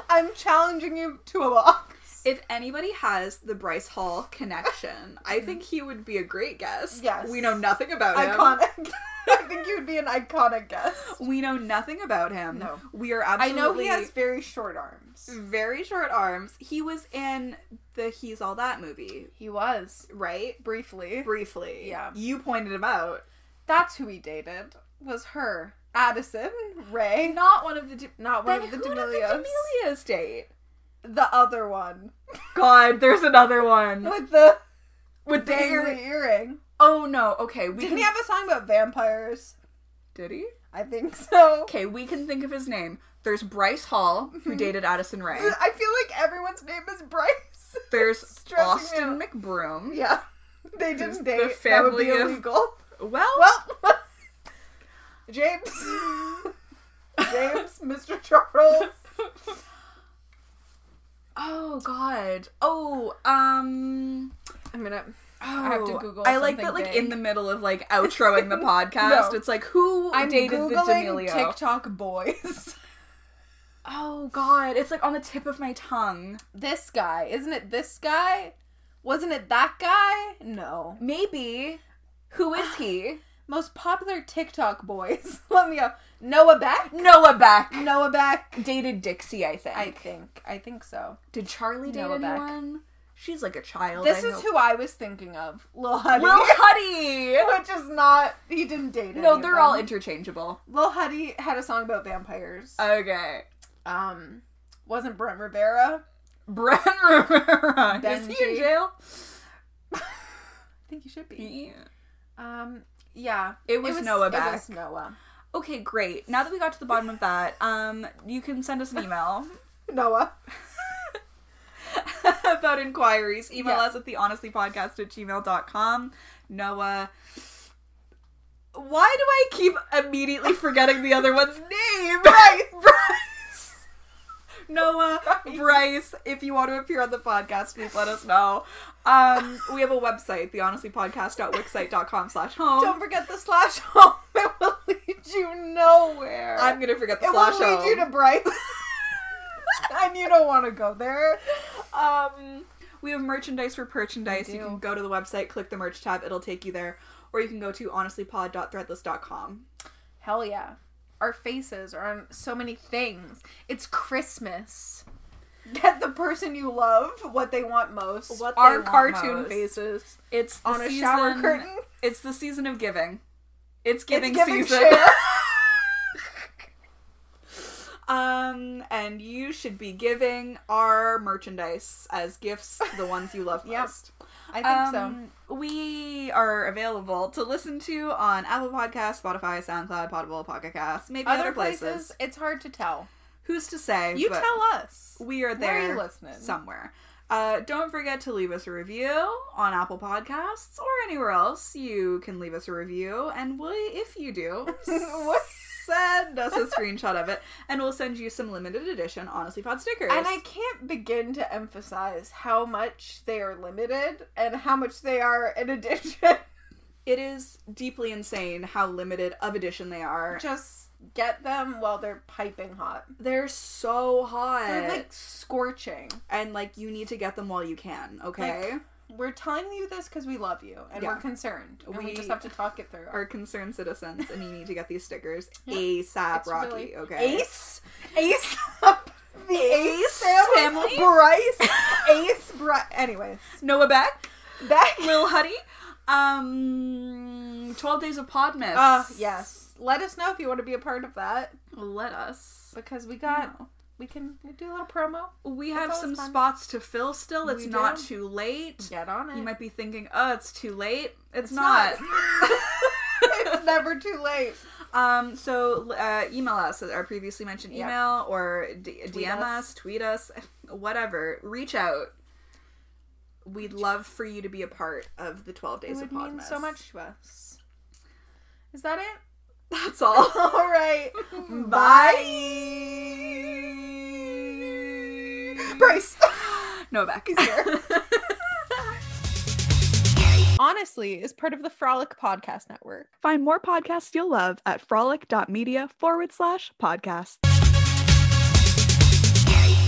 S1: I'm challenging you to a box.
S2: If anybody has the Bryce Hall connection, I think he would be a great guest.
S1: Mm-hmm. Yes.
S2: We know nothing about him.
S1: Iconic. I think you would be an iconic guest.
S2: We know nothing about him.
S1: No.
S2: We are
S1: I
S2: absolutely
S1: know he has very short arms.
S2: very short arms. He was in the He's All That movie,
S1: He was
S2: right?
S1: briefly.
S2: Briefly.
S1: Yeah.
S2: You pointed him out.
S1: That's who he dated. Was her Addison Ray?
S2: Not one of the. De-
S1: Not one of the D'Amelios.
S2: the D'Amelios date?
S1: The other one
S2: God, there's another one
S1: with the
S2: with the
S1: dangly
S2: earring.
S1: earring.
S2: Oh no. Okay, we
S1: Didn't
S2: can.
S1: he have a song about vampires?
S2: Did he?
S1: I think so.
S2: Okay, we can think of his name. There's Bryce Hall, who dated Addison Ray.
S1: I feel like everyone's name is Bryce.
S2: There's
S1: Stressing
S2: Austin
S1: me
S2: McBroom.
S1: Yeah, they didn't
S2: The
S1: date. that would be
S2: family of-
S1: illegal.
S2: Well,
S1: Well, James, James, Mr. Charles.
S2: oh god. Oh, um.
S1: I'm gonna.
S2: Oh,
S1: have to Google
S2: I like that,
S1: something
S2: like
S1: big.
S2: in the middle of like outroing the podcast,
S1: No.
S2: it's like who
S1: I'm
S2: dated the
S1: googling
S2: D'Amelio?
S1: TikTok boys.
S2: oh God, it's like on the tip of my tongue.
S1: this guy, isn't it? This guy, wasn't it? That guy? No.
S2: Maybe who
S1: Ah.
S2: is he?
S1: Most popular TikTok boys. Let me go. Noah Beck.
S2: Noah Beck
S1: Noah Beck.
S2: dated Dixie, I think.
S1: I think. I think so.
S2: Did Charlie date
S1: Noah Beck.
S2: anyone? She's like a child.
S1: This
S2: I
S1: is
S2: hope.
S1: who I was thinking of. Lil Huddy.
S2: Lil Huddy.
S1: Which is not. He didn't date.
S2: no, they're all interchangeable.
S1: Lil Huddy had a song about vampires.
S2: Okay.
S1: um, wasn't Brent Rivera?
S2: Brent Rivera. Is he in
S1: Benji.
S2: jail?
S1: I think he should be. Um, yeah.
S2: It was Noah
S1: It
S2: Beck.
S1: was Noah.
S2: Okay, great. Now that we got to the bottom of that, um, you can send us an email.
S1: Noah.
S2: about inquiries, email
S1: Yeah.
S2: us at the honestlypodcast at gmail.com. Noah. Why do I keep immediately forgetting the other one's name? Bryce! Bryce! Noah, Bryce, if you want to appear on the podcast, please let us know. Um, we have a website, thehonestlypodcast.wixsite.com slash
S1: Don't
S2: home.
S1: forget the slash home. It will lead you nowhere.
S2: I'm going to forget the
S1: it
S2: slash
S1: will lead
S2: home.
S1: you to Bryce. and you don't want to go there.
S2: Um, we have merchandise for merchandise.
S1: We
S2: You
S1: do.
S2: can go to the website, click the merch tab, it'll take you there. Or you can go to honestlypod.threadless.com.
S1: Hell yeah. Our faces are on so many things. It's Christmas. Get the person you love what they want most.
S2: What they
S1: Our
S2: want
S1: cartoon
S2: most.
S1: faces
S2: It's the
S1: on a shower
S2: season-
S1: curtain.
S2: It's the season of giving. It's
S1: It's
S2: giving,
S1: giving
S2: season.
S1: share.
S2: Um, and you should be giving our merchandise as gifts to the ones you love
S1: Yep.
S2: most.
S1: I think so.
S2: Um, We are available to listen to on Apple Podcasts, Spotify, SoundCloud, Podable, Pocket Casts, maybe other,
S1: Other
S2: places.
S1: places, it's hard to tell.
S2: Who's to say?
S1: You
S2: but-
S1: tell us.
S2: we are
S1: Where are
S2: there
S1: you listening?
S2: somewhere. Uh, don't forget to leave us a review on Apple Podcasts or anywhere else. You can leave us a review, and we, if you do,
S1: What?
S2: send us a screenshot of it, and we'll send you some limited edition Honestly Pod stickers.
S1: And I can't begin to emphasize how much they are limited and how much they are in addition.
S2: it is deeply insane how limited of edition they are.
S1: Just get them while they're piping hot.
S2: They're so hot,
S1: They're like scorching.
S2: and like you need to get them while you can. Okay,
S1: We're telling you this because we love you and
S2: Yeah.
S1: we're concerned. And we,
S2: We
S1: just have to talk it through.
S2: are concerned citizens, and you need to get these stickers
S1: Yeah.
S2: ASAP,
S1: It's
S2: Rocky.
S1: really-
S2: okay,
S1: Ace, Ace, the
S2: Ace
S1: Ace, family,
S2: family?
S1: Bryce, Ace, Bryce. Anyways,
S2: Noah Beck.
S1: back.
S2: Lil Huddy. Um, Twelve Days of Podmas.
S1: Uh, yes. Let us know if you want to be a part of that
S2: Let us.
S1: because we got we can do a little promo.
S2: We have
S1: always
S2: some
S1: fun.
S2: spots to fill. Still, it's
S1: We
S2: not
S1: do.
S2: too late.
S1: Get on it.
S2: You might be thinking, "Oh, it's too late." It's,
S1: It's
S2: not.
S1: it's never too late.
S2: Um, so uh, email us our previously mentioned
S1: Yeah.
S2: email or d-
S1: Tweet
S2: DM
S1: us.
S2: us. tweet us, whatever. Reach out. We'd love for you to be a part of the Twelve
S1: It
S2: Days of
S1: would
S2: Podmas.
S1: mean so much to us. Is that it?
S2: That's all.
S1: All right.
S2: Bye.
S1: Bryce.
S2: No, back is here.
S1: Honestly is part of the Frolic Podcast Network.
S4: Find more podcasts you'll love at frolic.media forward slash podcasts.